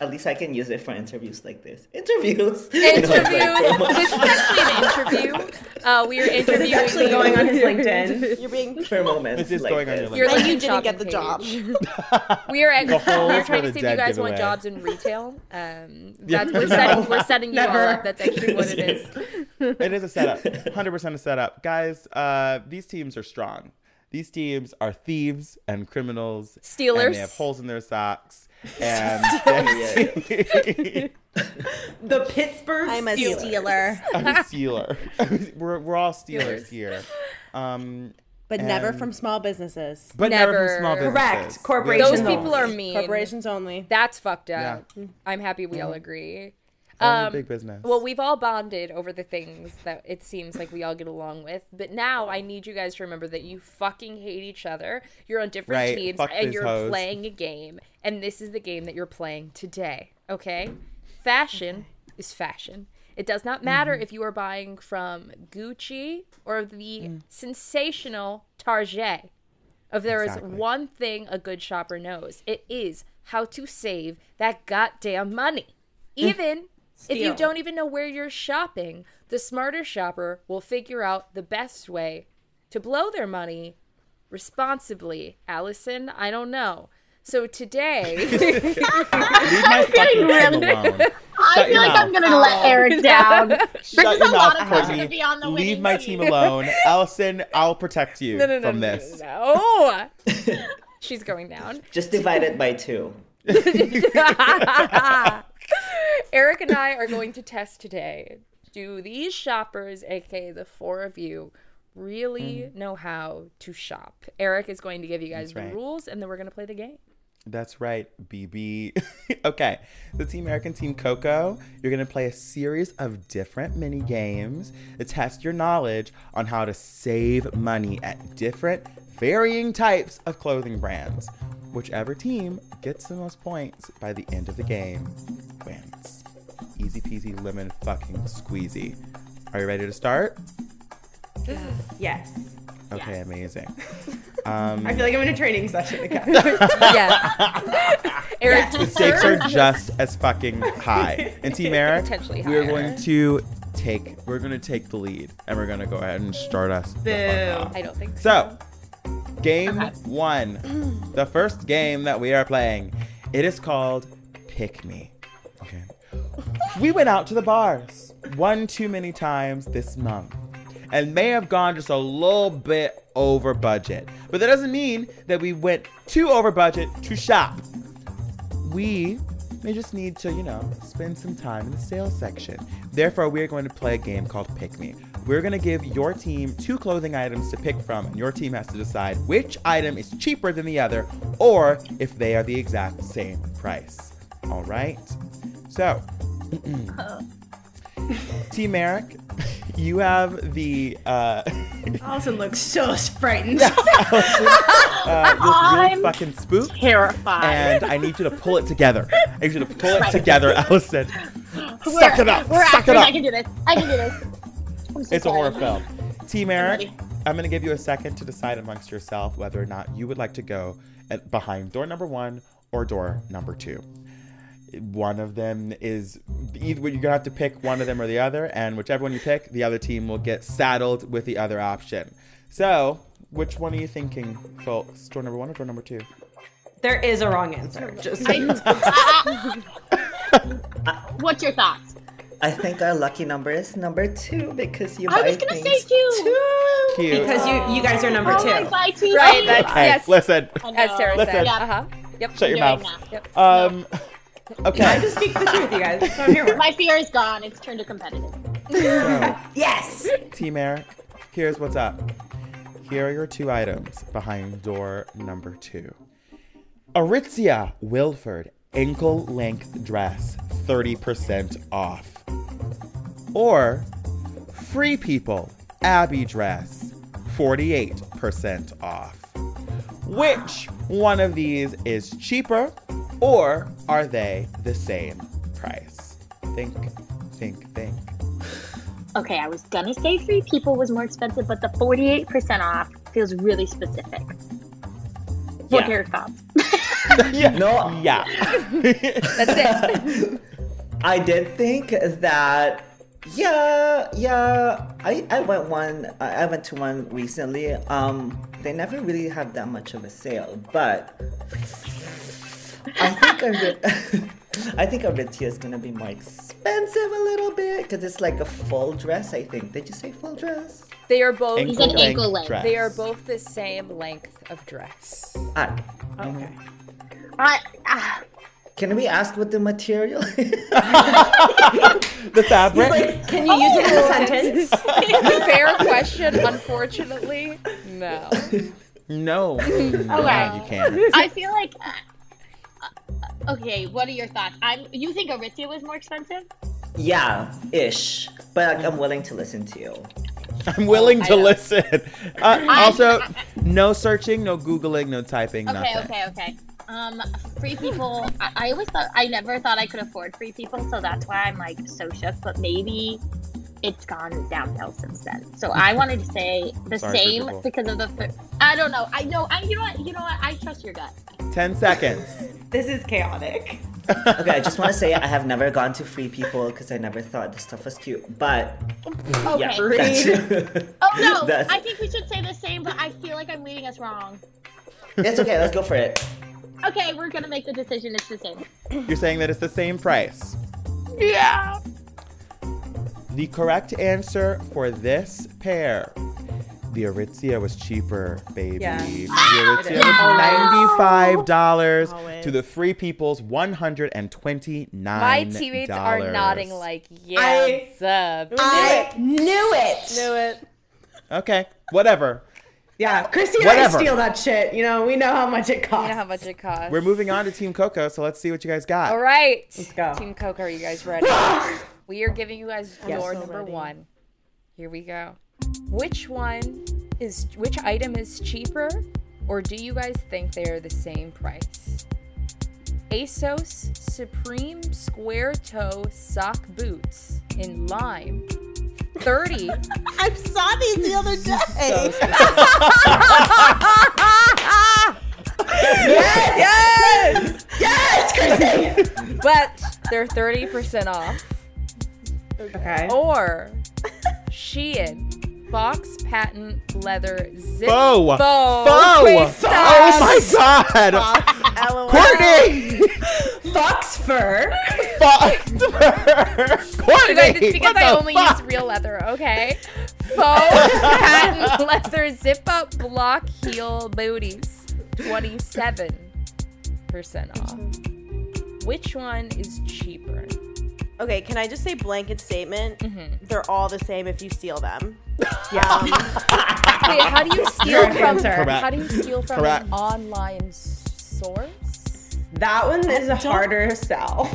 [SPEAKER 5] At least I can use it for interviews like this. Interviews. You know, it's like-
[SPEAKER 3] Interviews. this is actually an interview. Uh, we are
[SPEAKER 5] This is
[SPEAKER 3] interviewing.
[SPEAKER 5] actually going on his LinkedIn.
[SPEAKER 19] You're being
[SPEAKER 5] for moments.
[SPEAKER 6] This is
[SPEAKER 5] like
[SPEAKER 6] going on your
[SPEAKER 5] this.
[SPEAKER 3] Your
[SPEAKER 19] And
[SPEAKER 3] LinkedIn
[SPEAKER 19] you didn't get the job.
[SPEAKER 3] shopping We are at,
[SPEAKER 6] The whole
[SPEAKER 3] we're
[SPEAKER 6] is
[SPEAKER 3] trying
[SPEAKER 6] for
[SPEAKER 3] to
[SPEAKER 6] the
[SPEAKER 3] see if you
[SPEAKER 6] dead
[SPEAKER 3] guys want
[SPEAKER 6] giveaway.
[SPEAKER 3] jobs in retail. Um,
[SPEAKER 6] Yeah.
[SPEAKER 3] that's, we're,
[SPEAKER 6] No.
[SPEAKER 3] setting, we're setting you
[SPEAKER 6] Never.
[SPEAKER 3] all up. That's actually what it is.
[SPEAKER 6] it is a setup. 100% a setup. Guys, uh, these teams are strong. These teams are thieves and criminals. And
[SPEAKER 3] Steelers.
[SPEAKER 6] they have holes in their socks. And they-
[SPEAKER 1] The Pittsburgh
[SPEAKER 19] I'm a
[SPEAKER 1] Steelers.
[SPEAKER 19] stealer.
[SPEAKER 6] I'm a stealer. we're, we're all stealers here. Um,
[SPEAKER 19] But never
[SPEAKER 6] and-
[SPEAKER 19] from small businesses.
[SPEAKER 6] But never, from small
[SPEAKER 3] Never.
[SPEAKER 6] businesses.
[SPEAKER 3] Correct.
[SPEAKER 6] Those
[SPEAKER 3] Corporations Those people are mean.
[SPEAKER 19] Corporations only.
[SPEAKER 3] That's fucked up. I'm happy we
[SPEAKER 6] Mm-hmm.
[SPEAKER 3] all agree.
[SPEAKER 6] Only
[SPEAKER 3] um,
[SPEAKER 6] big business.
[SPEAKER 3] Well, we've all bonded over the things that it seems like we all get along with, but now I need you guys to remember that you fucking hate each other. You're on different
[SPEAKER 6] Right,
[SPEAKER 3] teams
[SPEAKER 6] fuck
[SPEAKER 3] and
[SPEAKER 6] these
[SPEAKER 3] you're
[SPEAKER 6] hoes.
[SPEAKER 3] playing a game, and this is the game that you're playing today. Okay, fashion is fashion. It does not matter
[SPEAKER 6] Mm-hmm.
[SPEAKER 3] if you are buying from Gucci or the
[SPEAKER 6] Mm.
[SPEAKER 3] sensational Target. If there is
[SPEAKER 6] Exactly.
[SPEAKER 3] one thing a good shopper knows, it is how to save that goddamn money.
[SPEAKER 6] Mm.
[SPEAKER 3] Even if you
[SPEAKER 20] Steal.
[SPEAKER 3] don't even know where you're shopping, the smarter shopper will figure out the best way to blow their money responsibly. Allison, I don't know. So today,
[SPEAKER 6] Leave my fucking team
[SPEAKER 3] really-
[SPEAKER 6] alone.
[SPEAKER 15] I
[SPEAKER 6] Shut
[SPEAKER 15] feel
[SPEAKER 6] your
[SPEAKER 15] like I'm
[SPEAKER 6] mouth.
[SPEAKER 15] gonna let Eric down.
[SPEAKER 6] Shut
[SPEAKER 15] There's
[SPEAKER 6] your
[SPEAKER 15] a
[SPEAKER 6] mouth,
[SPEAKER 15] lot of us gonna
[SPEAKER 6] Courtney.
[SPEAKER 15] be on the
[SPEAKER 6] Leave
[SPEAKER 15] winning
[SPEAKER 6] my
[SPEAKER 15] team.
[SPEAKER 6] team alone. Allison, I'll protect you
[SPEAKER 3] No, no, no,
[SPEAKER 6] from
[SPEAKER 3] no,
[SPEAKER 6] this.
[SPEAKER 3] no. She's going down.
[SPEAKER 5] Just divide it by two.
[SPEAKER 3] Eric and I are going to test today. Do these shoppers, aka the four of you, really know how to shop? Eric is going to give you guys
[SPEAKER 6] Mm. That's right.
[SPEAKER 3] the rules and then we're going to play the game.
[SPEAKER 6] That's right, BB. okay, so Team American, Team Coco, you're gonna play a series of different mini games to test your knowledge on how to save money at different, varying types of clothing brands. Whichever team gets the most points by the end of the game wins. Easy peasy lemon fucking squeezy. Are you ready to start?
[SPEAKER 1] Yes.
[SPEAKER 6] Okay, amazing. Um,
[SPEAKER 1] I feel like I'm in a training session again.
[SPEAKER 3] Eric,
[SPEAKER 6] The stakes are just as fucking high. And Team Eric,
[SPEAKER 3] Potentially
[SPEAKER 6] we are
[SPEAKER 3] higher.
[SPEAKER 6] going to take we're going to take the lead, and we're going to go ahead and start us. the fuck off.
[SPEAKER 3] I don't think
[SPEAKER 6] So, game one, the first game that we are playing, it is called Pick Me. Okay. We went out to the bars one too many times this month and may have gone just a little bit over budget. But that doesn't mean that we went too over budget to shop. We may just need to, you know, spend some time in the sales section. Therefore, we are going to play a game called Pick Me. We're going to give your team two clothing items to pick from, and your team has to decide which item is cheaper than the other or if they are the exact same price. All right? So, Team Eric, you have the. Uh,
[SPEAKER 1] Allison looks so frightened.
[SPEAKER 6] uh, you're really
[SPEAKER 15] I'm
[SPEAKER 6] fucking spooked.
[SPEAKER 15] terrified.
[SPEAKER 6] And I need you to pull it together. I need you to pull it together, Allison. Suck it up.
[SPEAKER 15] We're
[SPEAKER 6] Suck
[SPEAKER 15] actors.
[SPEAKER 6] it up.
[SPEAKER 15] I can do this. I can do this. I'm so
[SPEAKER 6] It's a horror
[SPEAKER 15] sorry.
[SPEAKER 6] film. Team Eric,
[SPEAKER 15] ready.
[SPEAKER 6] I'm going to give you a second to decide amongst yourself whether or not you would like to go at, behind door number one or door number two. One of them is either you're gonna have to pick one of them or the other, and whichever one you pick, the other team will get saddled with the other option. So, which one are you thinking, folks? Door number one or door number two?
[SPEAKER 1] there is a wrong answer. Just
[SPEAKER 15] Uh, What's your thoughts?
[SPEAKER 5] I think our lucky number is number two because you
[SPEAKER 15] I
[SPEAKER 5] buy
[SPEAKER 15] was gonna
[SPEAKER 5] things.
[SPEAKER 15] say two.
[SPEAKER 6] Cute.
[SPEAKER 1] because you you guys are number
[SPEAKER 15] Oh,
[SPEAKER 1] two.
[SPEAKER 15] I buy two.
[SPEAKER 3] Right,
[SPEAKER 15] things.
[SPEAKER 3] that's
[SPEAKER 6] Hey,
[SPEAKER 3] yes.
[SPEAKER 6] listen.
[SPEAKER 15] I know.
[SPEAKER 3] As Sarah
[SPEAKER 6] Listen.
[SPEAKER 3] said.
[SPEAKER 6] Yep.
[SPEAKER 3] Uh-huh. Yep.
[SPEAKER 6] Shut your
[SPEAKER 15] You're right
[SPEAKER 6] mouth.
[SPEAKER 15] now.
[SPEAKER 3] Yep.
[SPEAKER 6] Um,
[SPEAKER 1] I
[SPEAKER 6] okay.
[SPEAKER 1] just speak the truth, you guys. That's what I'm here for.
[SPEAKER 15] My fear is gone. It's turned to competitive.
[SPEAKER 6] So,
[SPEAKER 1] Yes.
[SPEAKER 6] Team Eric, here's what's up. Here are your two items behind door number two. Aritzia Wilford ankle length dress, 30% off. Or Free People Abby dress, 48% off. Which one of these is cheaper or are they the same price? Think, think, think.
[SPEAKER 15] Okay, I was gonna say three people was more expensive, but the 48% off feels really specific. What
[SPEAKER 5] Yeah.
[SPEAKER 15] are your thoughts?
[SPEAKER 5] No, yeah. I did think that yeah, yeah. I, I went one I I went to one recently. Um they never really have that much of a sale, but I think a re- I think Aritzia is gonna be more expensive a little bit because it's like a full dress. I think. Did you say full dress?
[SPEAKER 3] They are both.
[SPEAKER 5] Ankle It's an ankle length length. dress.
[SPEAKER 3] They are both the same length of dress.
[SPEAKER 5] Ah,
[SPEAKER 3] Okay.
[SPEAKER 15] I, ah,
[SPEAKER 5] Can we ask what the material?
[SPEAKER 6] the fabric.
[SPEAKER 3] Can
[SPEAKER 19] you use it in a sentence?
[SPEAKER 3] Fair question. Unfortunately, no.
[SPEAKER 6] No.
[SPEAKER 15] Okay.
[SPEAKER 6] You can't.
[SPEAKER 15] I feel like. uh, uh, okay, what are your thoughts? I'm. You think Aritzia was more expensive?
[SPEAKER 5] yeah, ish. But like, I'm willing to listen to you.
[SPEAKER 6] I'm willing
[SPEAKER 15] I
[SPEAKER 6] to
[SPEAKER 15] know.
[SPEAKER 6] listen. Uh,
[SPEAKER 15] I-
[SPEAKER 6] also, no searching, no Googling, no typing,
[SPEAKER 15] Okay,
[SPEAKER 6] nothing.
[SPEAKER 15] okay, okay. Um, free people. I, I always thought I never thought I could afford free people, so that's why I'm like so shook. But maybe it's gone downhill since then. So I wanted to say the
[SPEAKER 6] Sorry, Free People.
[SPEAKER 15] same because of the. Fir- I don't know. I know. I you know what you know what I trust your gut.
[SPEAKER 6] 10 seconds.
[SPEAKER 19] This is chaotic.
[SPEAKER 5] okay, I just want to say I have never gone to free people because I never thought this stuff was cute. But yeah,
[SPEAKER 15] Okay.
[SPEAKER 5] that's-
[SPEAKER 15] Oh no!
[SPEAKER 5] That's-
[SPEAKER 15] I think we should say the same, but I feel like I'm leading us wrong.
[SPEAKER 5] it's okay. Let's go for it.
[SPEAKER 15] Okay, we're gonna make the decision. It's the same.
[SPEAKER 6] You're saying that it's the same price.
[SPEAKER 15] Yeah.
[SPEAKER 6] The correct answer for this pair. The Aritzia was cheaper, baby.
[SPEAKER 19] Yes.
[SPEAKER 6] The
[SPEAKER 19] It
[SPEAKER 6] Aritzia
[SPEAKER 19] is.
[SPEAKER 6] was ninety-five
[SPEAKER 19] Always.
[SPEAKER 6] dollars to the Free People's one hundred and twenty-nine.
[SPEAKER 3] My teammates are nodding like, yeah, up.
[SPEAKER 1] I knew it.
[SPEAKER 19] Knew it.
[SPEAKER 6] Okay, whatever.
[SPEAKER 1] Yeah, Christy and
[SPEAKER 6] Whatever.
[SPEAKER 1] I steal that shit. You know, we know how much it costs.
[SPEAKER 3] You know how much it costs.
[SPEAKER 6] We're moving on to Team Coco, so let's see what you guys got.
[SPEAKER 3] All right.
[SPEAKER 1] Let's go.
[SPEAKER 3] Team Coco, are you guys ready? we are giving you guys
[SPEAKER 1] Yes.
[SPEAKER 3] door
[SPEAKER 1] So
[SPEAKER 3] number
[SPEAKER 1] ready.
[SPEAKER 3] one. Here we go. Which one is which item is cheaper, or do you guys think they are the same price? ASOS Supreme Square Toe Sock Boots in Lime. 30.
[SPEAKER 19] I saw these the other day.
[SPEAKER 3] yes! Yes! Yes, Chrissy! but they're 30% off.
[SPEAKER 1] Okay.
[SPEAKER 3] Or Shein box patent leather zip
[SPEAKER 6] Faux.
[SPEAKER 3] faux.
[SPEAKER 6] Faux.
[SPEAKER 3] waist
[SPEAKER 6] Oh
[SPEAKER 3] up.
[SPEAKER 6] my Oh god.
[SPEAKER 21] Oh,
[SPEAKER 6] Courtney.
[SPEAKER 1] Fox fur.
[SPEAKER 6] Fox
[SPEAKER 3] You guys,
[SPEAKER 6] Courtney.
[SPEAKER 3] it's because
[SPEAKER 6] what
[SPEAKER 3] I
[SPEAKER 6] the
[SPEAKER 3] only
[SPEAKER 6] fuck?
[SPEAKER 3] use real leather, okay? Faux patent leather zip up block heel booties. 27% off. Which one is cheaper?
[SPEAKER 21] Okay, can I just say blanket statement? They're all the same if you steal them.
[SPEAKER 3] Wait, how do you steal
[SPEAKER 1] Your
[SPEAKER 3] from
[SPEAKER 1] answer.
[SPEAKER 3] how do you steal from
[SPEAKER 1] Correct.
[SPEAKER 3] an online s- source?
[SPEAKER 1] That one is a harder sell.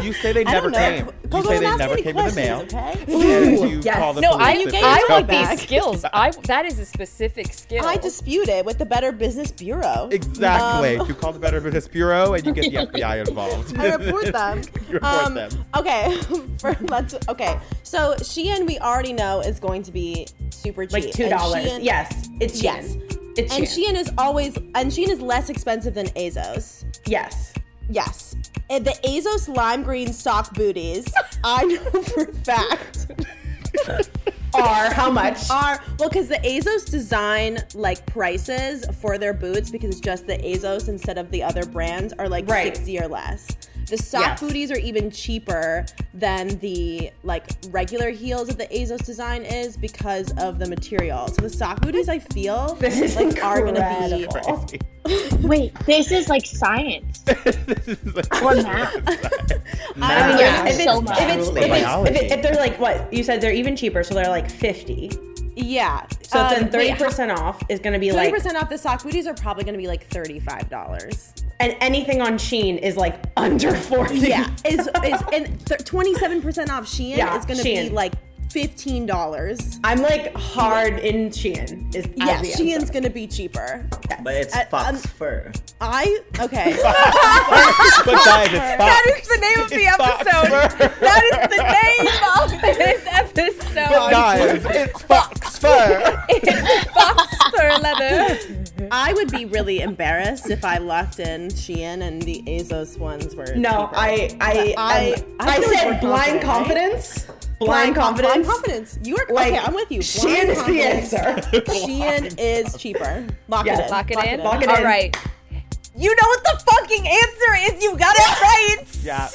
[SPEAKER 6] You say they never came. You say they never came in the mail.
[SPEAKER 1] Ooh,
[SPEAKER 6] You call the
[SPEAKER 3] no,
[SPEAKER 6] police
[SPEAKER 3] I,
[SPEAKER 6] if they
[SPEAKER 3] I
[SPEAKER 6] come
[SPEAKER 3] want
[SPEAKER 6] back.
[SPEAKER 3] these skills. I that is a specific skill.
[SPEAKER 19] I dispute it with the Better Business Bureau.
[SPEAKER 6] Exactly.
[SPEAKER 19] Um,
[SPEAKER 6] you call the Better Business Bureau and you get the FBI involved.
[SPEAKER 19] I report them.
[SPEAKER 6] you report
[SPEAKER 19] Um,
[SPEAKER 6] them.
[SPEAKER 19] Okay, For- let's. Okay, so Shein we already know is going to be super cheap.
[SPEAKER 1] Like $2.
[SPEAKER 19] And Shein-
[SPEAKER 1] Yes, it's
[SPEAKER 19] yes.
[SPEAKER 1] Shein. It's
[SPEAKER 19] and
[SPEAKER 1] Shein.
[SPEAKER 19] Shein is always and Shein is less expensive than Azos.
[SPEAKER 1] Yes.
[SPEAKER 19] Yes, And the Azos lime green sock booties. I know for a fact
[SPEAKER 1] Are how much?
[SPEAKER 19] are well because the Azos design like prices for their boots because it's just the Azos instead of the other brands are like
[SPEAKER 1] Right.
[SPEAKER 19] sixty or less. The sock
[SPEAKER 1] Yes.
[SPEAKER 19] booties are even cheaper than the like regular heels that the Azos design is because of the material. So the sock booties I feel
[SPEAKER 1] This is
[SPEAKER 19] like are gonna be
[SPEAKER 1] incredible.
[SPEAKER 15] Wait, this is like science. or math.
[SPEAKER 1] I mean,
[SPEAKER 15] Yeah,
[SPEAKER 1] if it's,
[SPEAKER 15] so
[SPEAKER 1] if
[SPEAKER 15] much.
[SPEAKER 1] it's, if,
[SPEAKER 6] Biology.
[SPEAKER 1] it's, if, it, if they're like what you said, they're even cheaper, so they're like fifty.
[SPEAKER 19] Yeah.
[SPEAKER 1] So
[SPEAKER 19] Um,
[SPEAKER 1] then thirty
[SPEAKER 19] wait,
[SPEAKER 1] percent off is going to be
[SPEAKER 19] Thirty
[SPEAKER 1] like,
[SPEAKER 19] percent off the sock booties are probably going to be like thirty-five dollars.
[SPEAKER 1] and anything on Sheen is like under forty.
[SPEAKER 19] Yeah, is is and twenty-seven percent off Shein
[SPEAKER 1] Yeah,
[SPEAKER 19] is going to be
[SPEAKER 1] Shein.
[SPEAKER 19] like fifteen dollars.
[SPEAKER 1] I'm like hard in Shein. Is
[SPEAKER 19] Yeah,
[SPEAKER 1] as the
[SPEAKER 19] Shein's
[SPEAKER 1] answer.
[SPEAKER 19] gonna be cheaper. Yes.
[SPEAKER 5] But it's
[SPEAKER 19] Uh,
[SPEAKER 5] fox
[SPEAKER 19] um,
[SPEAKER 5] fur.
[SPEAKER 19] I okay.
[SPEAKER 5] But guys, it's
[SPEAKER 3] That
[SPEAKER 5] fox.
[SPEAKER 3] is the name of the
[SPEAKER 5] It's fox
[SPEAKER 3] episode. that is the name of this episode.
[SPEAKER 6] But guys, it's fox fur.
[SPEAKER 19] fur leather. I would be really embarrassed if I locked in Shein and the Azos ones were.
[SPEAKER 1] No,
[SPEAKER 19] cheaper.
[SPEAKER 1] I I
[SPEAKER 19] But um,
[SPEAKER 1] I, um, I,
[SPEAKER 19] feel
[SPEAKER 1] said
[SPEAKER 19] more
[SPEAKER 1] blind
[SPEAKER 19] confident, right?
[SPEAKER 1] confidence. Blind confidence.
[SPEAKER 19] Blind confidence. You are
[SPEAKER 1] Like,
[SPEAKER 19] okay. I'm with you.
[SPEAKER 1] Shein
[SPEAKER 19] Blind
[SPEAKER 1] is the
[SPEAKER 19] confidence.
[SPEAKER 1] answer.
[SPEAKER 19] Shein is cheaper. Lock
[SPEAKER 1] Yes.
[SPEAKER 19] it in.
[SPEAKER 3] Lock it in.
[SPEAKER 1] Lock it in.
[SPEAKER 3] All right. You know what the fucking answer is. You got it right.
[SPEAKER 6] Yeah.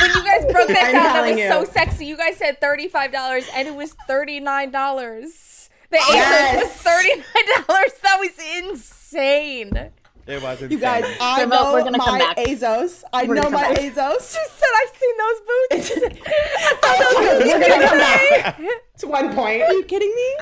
[SPEAKER 3] When you guys broke that
[SPEAKER 1] I'm
[SPEAKER 3] down, that
[SPEAKER 1] telling
[SPEAKER 3] was
[SPEAKER 1] you.
[SPEAKER 3] so sexy. You guys said thirty-five dollars, and it was thirty-nine dollars. The answer
[SPEAKER 1] Yes.
[SPEAKER 3] was thirty-nine dollars. That was insane.
[SPEAKER 6] It was insane.
[SPEAKER 1] You guys, I
[SPEAKER 15] Remote,
[SPEAKER 1] know
[SPEAKER 15] we're gonna
[SPEAKER 1] my
[SPEAKER 15] come back.
[SPEAKER 1] Azos. I
[SPEAKER 3] We're
[SPEAKER 1] know
[SPEAKER 3] gonna
[SPEAKER 1] my
[SPEAKER 3] come
[SPEAKER 1] Azos.
[SPEAKER 3] She said, "I've seen those boots."
[SPEAKER 1] We're gonna come back. It's one point.
[SPEAKER 19] Are you kidding me?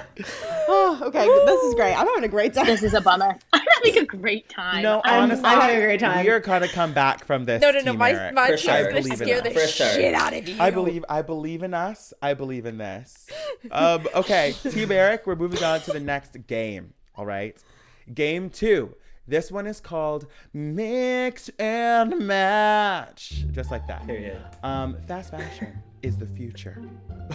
[SPEAKER 19] Oh, okay. This is great. I'm having a great time.
[SPEAKER 15] This is a bummer. I'm having a great time.
[SPEAKER 6] No,
[SPEAKER 15] I'm
[SPEAKER 6] honestly,
[SPEAKER 1] I'm having a great time.
[SPEAKER 6] You're gonna come back from this.
[SPEAKER 3] no, no, no.
[SPEAKER 6] team,
[SPEAKER 3] My,
[SPEAKER 6] Eric.
[SPEAKER 3] my
[SPEAKER 5] For
[SPEAKER 3] team's
[SPEAKER 5] sure. I
[SPEAKER 3] gonna
[SPEAKER 5] believe in
[SPEAKER 3] scare
[SPEAKER 5] that.
[SPEAKER 3] the
[SPEAKER 5] For sure.
[SPEAKER 3] shit out of you.
[SPEAKER 6] I believe I believe in us. I believe in this. Um, okay, Team Eric, we're moving on to the next game. All right, game two. This one is called Mix and Match, just like that.
[SPEAKER 5] Period.
[SPEAKER 6] Um, fast fashion is the future.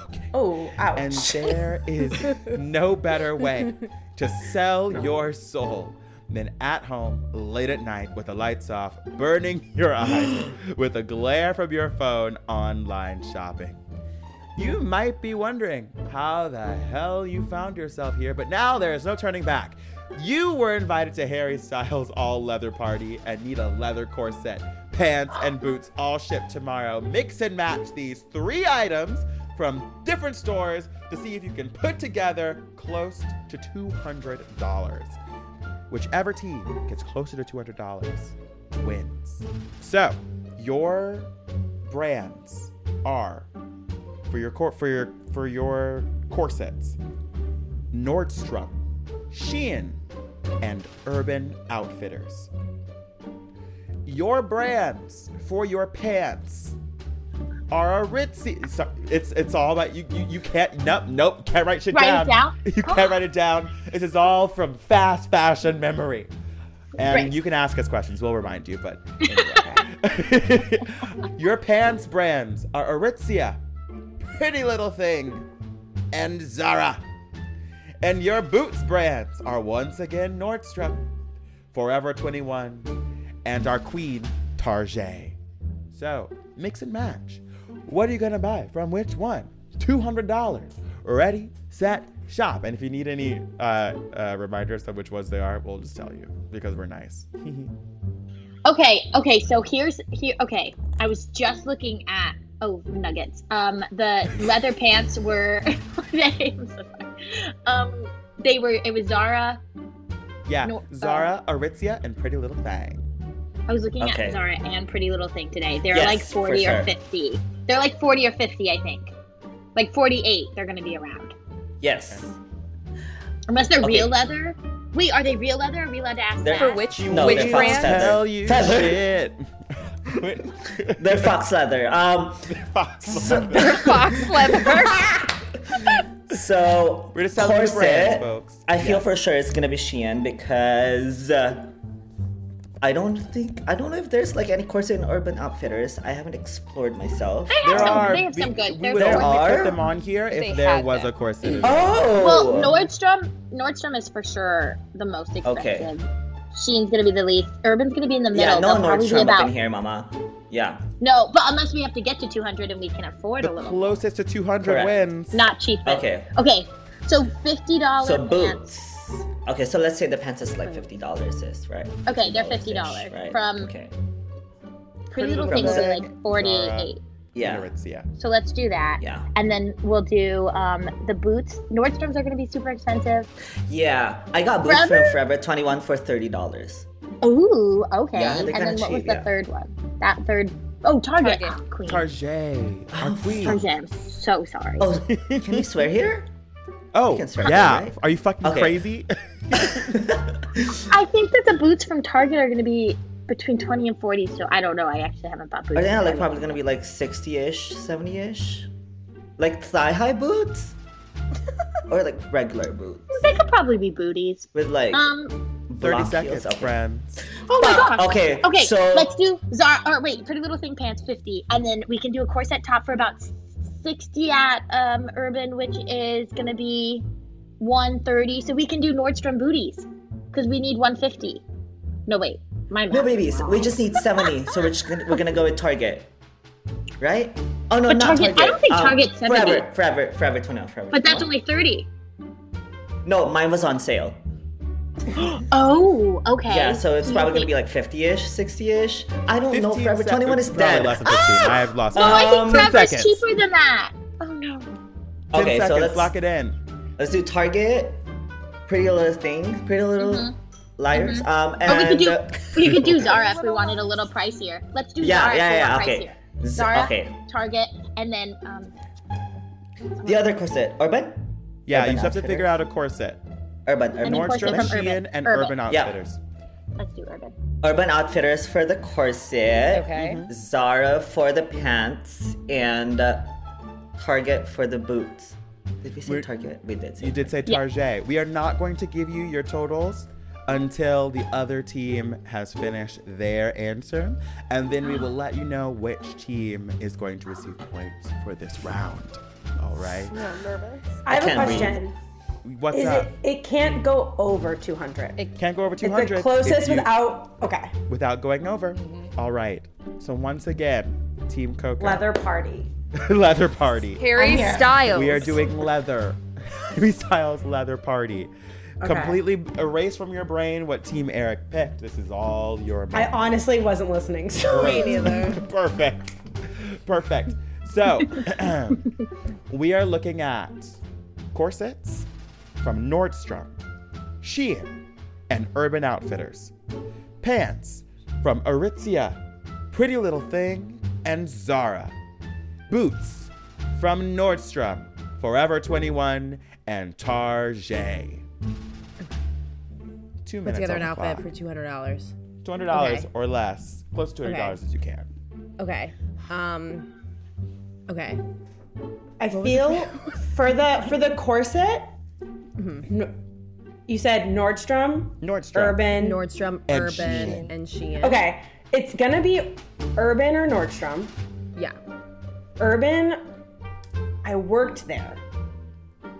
[SPEAKER 6] Okay.
[SPEAKER 1] Oh, ouch.
[SPEAKER 6] And there is no better way to sell your soul than at home late at night with the lights off, burning your eyes with a glare from your phone online shopping. You might be wondering how the hell you found yourself here, but now there is no turning back. You were invited to Harry Styles' all leather party and need a leather corset, pants, and boots all shipped tomorrow. Mix and match these three items from different stores to see if you can put together close to $200. Whichever team gets closer to $200 wins. So, your brands are for your cor- for your for your corsets, Nordstrom, Shein, and Urban Outfitters. Your brands for your pants are a ritzy. So it's it's all about you. You, you can't nope nope can't write shit
[SPEAKER 15] Write it down?
[SPEAKER 6] You can't write it down. This is all from fast fashion memory. And
[SPEAKER 15] Right.
[SPEAKER 6] you can ask us questions. We'll remind you, but anyway. your pants brands are Aritzia, Pretty Little Thing, and Zara. And your boots brands are once again Nordstrom, Forever 21, and our queen, Target. So, mix and match. What are you going to buy from which one? $200. Ready, set, shop. And if you need any uh, uh, reminders of which ones they are, we'll just tell you because we're nice.
[SPEAKER 15] Okay, okay, so here's here okay. I was just looking at oh nuggets. Um the leather pants were I'm so sorry. um they were it was Zara.
[SPEAKER 6] Yeah,
[SPEAKER 15] No, uh,
[SPEAKER 6] Zara, Aritzia, and Pretty Little Thing.
[SPEAKER 15] I was looking
[SPEAKER 5] Okay.
[SPEAKER 15] at Zara and Pretty Little Thing today. They're
[SPEAKER 5] Yes,
[SPEAKER 15] like
[SPEAKER 5] for
[SPEAKER 15] forty or
[SPEAKER 5] sure.
[SPEAKER 15] fifty. They're like forty or fifty, I think. Like forty eight they're gonna be around.
[SPEAKER 5] Yes.
[SPEAKER 15] Unless they're
[SPEAKER 5] Okay.
[SPEAKER 15] real leather. Wait, are they real leather? Are we allowed to ask
[SPEAKER 5] They're-
[SPEAKER 15] that?
[SPEAKER 3] For which
[SPEAKER 5] No,
[SPEAKER 3] which
[SPEAKER 5] they're fox
[SPEAKER 3] brand?
[SPEAKER 5] feather.
[SPEAKER 6] Tell you
[SPEAKER 5] Feather.
[SPEAKER 6] shit.
[SPEAKER 5] They're fox leather. Um,
[SPEAKER 6] fox.
[SPEAKER 5] so,
[SPEAKER 3] Fox leather.
[SPEAKER 5] so
[SPEAKER 6] We're just selling new
[SPEAKER 5] corset,
[SPEAKER 6] brands, folks.
[SPEAKER 5] I feel for sure it's gonna be Shein because uh, I don't think I don't know if there's like any corset in Urban Outfitters. I haven't explored myself.
[SPEAKER 15] They have
[SPEAKER 6] There
[SPEAKER 15] some,
[SPEAKER 6] are.
[SPEAKER 15] they have
[SPEAKER 6] we,
[SPEAKER 15] some good.
[SPEAKER 6] We
[SPEAKER 15] There's
[SPEAKER 6] would
[SPEAKER 15] some
[SPEAKER 5] There
[SPEAKER 6] only put
[SPEAKER 5] are?
[SPEAKER 6] them on here if
[SPEAKER 3] They
[SPEAKER 6] there
[SPEAKER 3] had
[SPEAKER 6] was
[SPEAKER 3] them.
[SPEAKER 6] a corset. in it.
[SPEAKER 5] Oh.
[SPEAKER 15] Well, Nordstrom Nordstrom is for sure the most expensive. Sheen's gonna be the least. Urban's gonna be in the middle.
[SPEAKER 5] Yeah, no
[SPEAKER 15] They'll probably be
[SPEAKER 5] Nordstrom
[SPEAKER 15] about
[SPEAKER 5] up in here, Mama. Yeah.
[SPEAKER 15] no, but unless we have to get to 200 and we can afford
[SPEAKER 6] The
[SPEAKER 15] a little,
[SPEAKER 6] closest to 200
[SPEAKER 5] Correct.
[SPEAKER 6] wins.
[SPEAKER 15] not cheap. but-
[SPEAKER 5] Okay.
[SPEAKER 15] Okay. So fifty dollars.
[SPEAKER 5] So boots. Okay, so let's say the pants is like fifty dollars, is right?
[SPEAKER 15] Okay, they're
[SPEAKER 5] $50-ish,
[SPEAKER 15] $50 from-
[SPEAKER 5] okay.
[SPEAKER 15] Pretty little things
[SPEAKER 5] Little
[SPEAKER 15] are
[SPEAKER 6] Thing,
[SPEAKER 15] like 48.
[SPEAKER 5] Yeah.
[SPEAKER 6] Aritzia.
[SPEAKER 15] So let's do that.
[SPEAKER 5] Yeah.
[SPEAKER 15] And then we'll do um, the boots. Nordstroms are gonna be super expensive.
[SPEAKER 5] Yeah, I got boots
[SPEAKER 15] Forever?
[SPEAKER 5] from Forever 21 for $30.
[SPEAKER 15] Ooh. Okay.
[SPEAKER 5] Yeah, they're
[SPEAKER 15] and
[SPEAKER 5] kinda
[SPEAKER 15] then what was
[SPEAKER 5] cheap,
[SPEAKER 15] the
[SPEAKER 5] yeah.
[SPEAKER 15] third one? That third. Oh, Target.
[SPEAKER 3] Target.
[SPEAKER 15] Oh, queen.
[SPEAKER 6] Target, our queen.
[SPEAKER 15] Target. I'm so sorry.
[SPEAKER 5] Oh, can we swear here?
[SPEAKER 6] Oh,
[SPEAKER 5] can start
[SPEAKER 6] yeah.
[SPEAKER 5] that, right?
[SPEAKER 6] Are you fucking
[SPEAKER 5] Okay.
[SPEAKER 6] crazy?
[SPEAKER 15] I think that the boots from Target are going to be between 20 and 40, so I don't know. I actually haven't bought boots.
[SPEAKER 5] Are they
[SPEAKER 15] from
[SPEAKER 5] not like
[SPEAKER 15] Target.
[SPEAKER 5] probably gonna be like 60 ish, 70 ish? Like thigh high boots? or like regular boots?
[SPEAKER 15] They could probably be booties.
[SPEAKER 5] With like
[SPEAKER 15] Um,
[SPEAKER 9] 30
[SPEAKER 5] block heels?
[SPEAKER 9] seconds,
[SPEAKER 5] Okay.
[SPEAKER 9] friends.
[SPEAKER 15] Oh my god.
[SPEAKER 5] Okay,
[SPEAKER 15] Okay.
[SPEAKER 5] so-
[SPEAKER 15] let's do Zara. Or wait, Pretty Little Thing pants fifty, and then we can do a corset top for about sixty at um Urban, which is gonna be one thirty. So we can do Nordstrom booties because we need one fifty. No wait, my
[SPEAKER 5] No babies. We just need 70. so we're just gonna, we're gonna go with Target. Right? Oh no,
[SPEAKER 15] But
[SPEAKER 5] not
[SPEAKER 15] Target-
[SPEAKER 5] Target.
[SPEAKER 15] I don't think Target's 70.
[SPEAKER 5] Forever, forever, forever 21, forever.
[SPEAKER 15] But that's
[SPEAKER 5] 21.
[SPEAKER 15] only thirty.
[SPEAKER 5] No, mine was on sale.
[SPEAKER 15] Oh, okay.
[SPEAKER 5] Yeah, so it's probably gonna be like 50-ish, 60-ish. I don't know. Forever 21 is
[SPEAKER 6] Probably
[SPEAKER 5] dead.
[SPEAKER 6] less than 15. I have lost.
[SPEAKER 15] Oh, I think
[SPEAKER 5] Um,
[SPEAKER 15] Forever's
[SPEAKER 5] seconds.
[SPEAKER 15] cheaper than that. Oh no.
[SPEAKER 5] Okay, so
[SPEAKER 6] seconds,
[SPEAKER 5] let's
[SPEAKER 6] lock it in.
[SPEAKER 5] Let's do Target, Pretty Little Things, Pretty Little
[SPEAKER 15] Mhm.
[SPEAKER 5] Liars. Um, and
[SPEAKER 15] Or we could do
[SPEAKER 5] uh,
[SPEAKER 15] we could do Zara if we wanted a little pricier. Let's do
[SPEAKER 5] Yeah,
[SPEAKER 15] Zara
[SPEAKER 5] yeah,
[SPEAKER 15] if we
[SPEAKER 5] yeah,
[SPEAKER 15] want
[SPEAKER 5] okay.
[SPEAKER 15] pricier.
[SPEAKER 5] Z-
[SPEAKER 15] Zara,
[SPEAKER 5] okay.
[SPEAKER 15] Target, and then um,
[SPEAKER 5] the other corset, Urban.
[SPEAKER 6] Yeah,
[SPEAKER 5] Urban
[SPEAKER 6] you just have to
[SPEAKER 5] Outfitters.
[SPEAKER 6] figure out a corset.
[SPEAKER 5] Urban,
[SPEAKER 15] And
[SPEAKER 5] Urban.
[SPEAKER 15] then corset
[SPEAKER 6] Nordstrom,
[SPEAKER 15] from Urban.
[SPEAKER 6] Shein, and
[SPEAKER 15] Urban.
[SPEAKER 6] Urban
[SPEAKER 5] Yeah.
[SPEAKER 6] Outfitters.
[SPEAKER 15] let's do Urban.
[SPEAKER 5] Urban Outfitters for the corset.
[SPEAKER 15] Okay.
[SPEAKER 5] Zara for the pants and uh, Target for the boots. Did we say Target? We did. Say
[SPEAKER 6] You did say Target. We are not going to give you your totals until the other team has finished their answer, and then we will let you know which team is going to receive points for this round. All right.
[SPEAKER 19] nervous.
[SPEAKER 1] I have a
[SPEAKER 6] Can we-
[SPEAKER 1] question.
[SPEAKER 6] What's
[SPEAKER 1] Is
[SPEAKER 6] up?
[SPEAKER 1] it, it can't go over 200. It
[SPEAKER 6] can't go over
[SPEAKER 1] It's
[SPEAKER 6] 200
[SPEAKER 1] the
[SPEAKER 6] if
[SPEAKER 1] closest
[SPEAKER 6] you-
[SPEAKER 1] without. Okay.
[SPEAKER 6] Without going over. All right. So once again, Team Coco.
[SPEAKER 1] Mm-hmm. Leather party.
[SPEAKER 6] leather party.
[SPEAKER 3] Harry I'm here. Styles.
[SPEAKER 6] We are doing leather. Harry Styles leather party.
[SPEAKER 1] Okay.
[SPEAKER 6] Completely erase from your brain what Team Eric picked. This is all your.
[SPEAKER 1] I honestly wasn't listening. So
[SPEAKER 6] Me neither. Perfect. Perfect. So, we are looking at corsets from Nordstrom, Shein, and Urban Outfitters, pants from Aritzia, Pretty Little Thing, and Zara, boots from Nordstrom, Forever 21, and Target. Two
[SPEAKER 19] Put
[SPEAKER 6] minutes.
[SPEAKER 19] together
[SPEAKER 6] on
[SPEAKER 19] an
[SPEAKER 6] the
[SPEAKER 19] outfit
[SPEAKER 6] clock.
[SPEAKER 19] for two hundred dollars.
[SPEAKER 6] Two hundred dollars or less, close to two hundred dollars
[SPEAKER 19] Okay.
[SPEAKER 6] as you can.
[SPEAKER 19] Okay. Um. Okay.
[SPEAKER 1] I feel for the for the corset. no- you said Nordstrom,
[SPEAKER 6] Nordstrom,
[SPEAKER 1] Urban,
[SPEAKER 19] Nordstrom,
[SPEAKER 1] And
[SPEAKER 19] Urban,
[SPEAKER 1] Shein.
[SPEAKER 19] and Shein.
[SPEAKER 1] Okay, it's gonna be Urban or Nordstrom.
[SPEAKER 19] Yeah.
[SPEAKER 1] Urban. I worked there.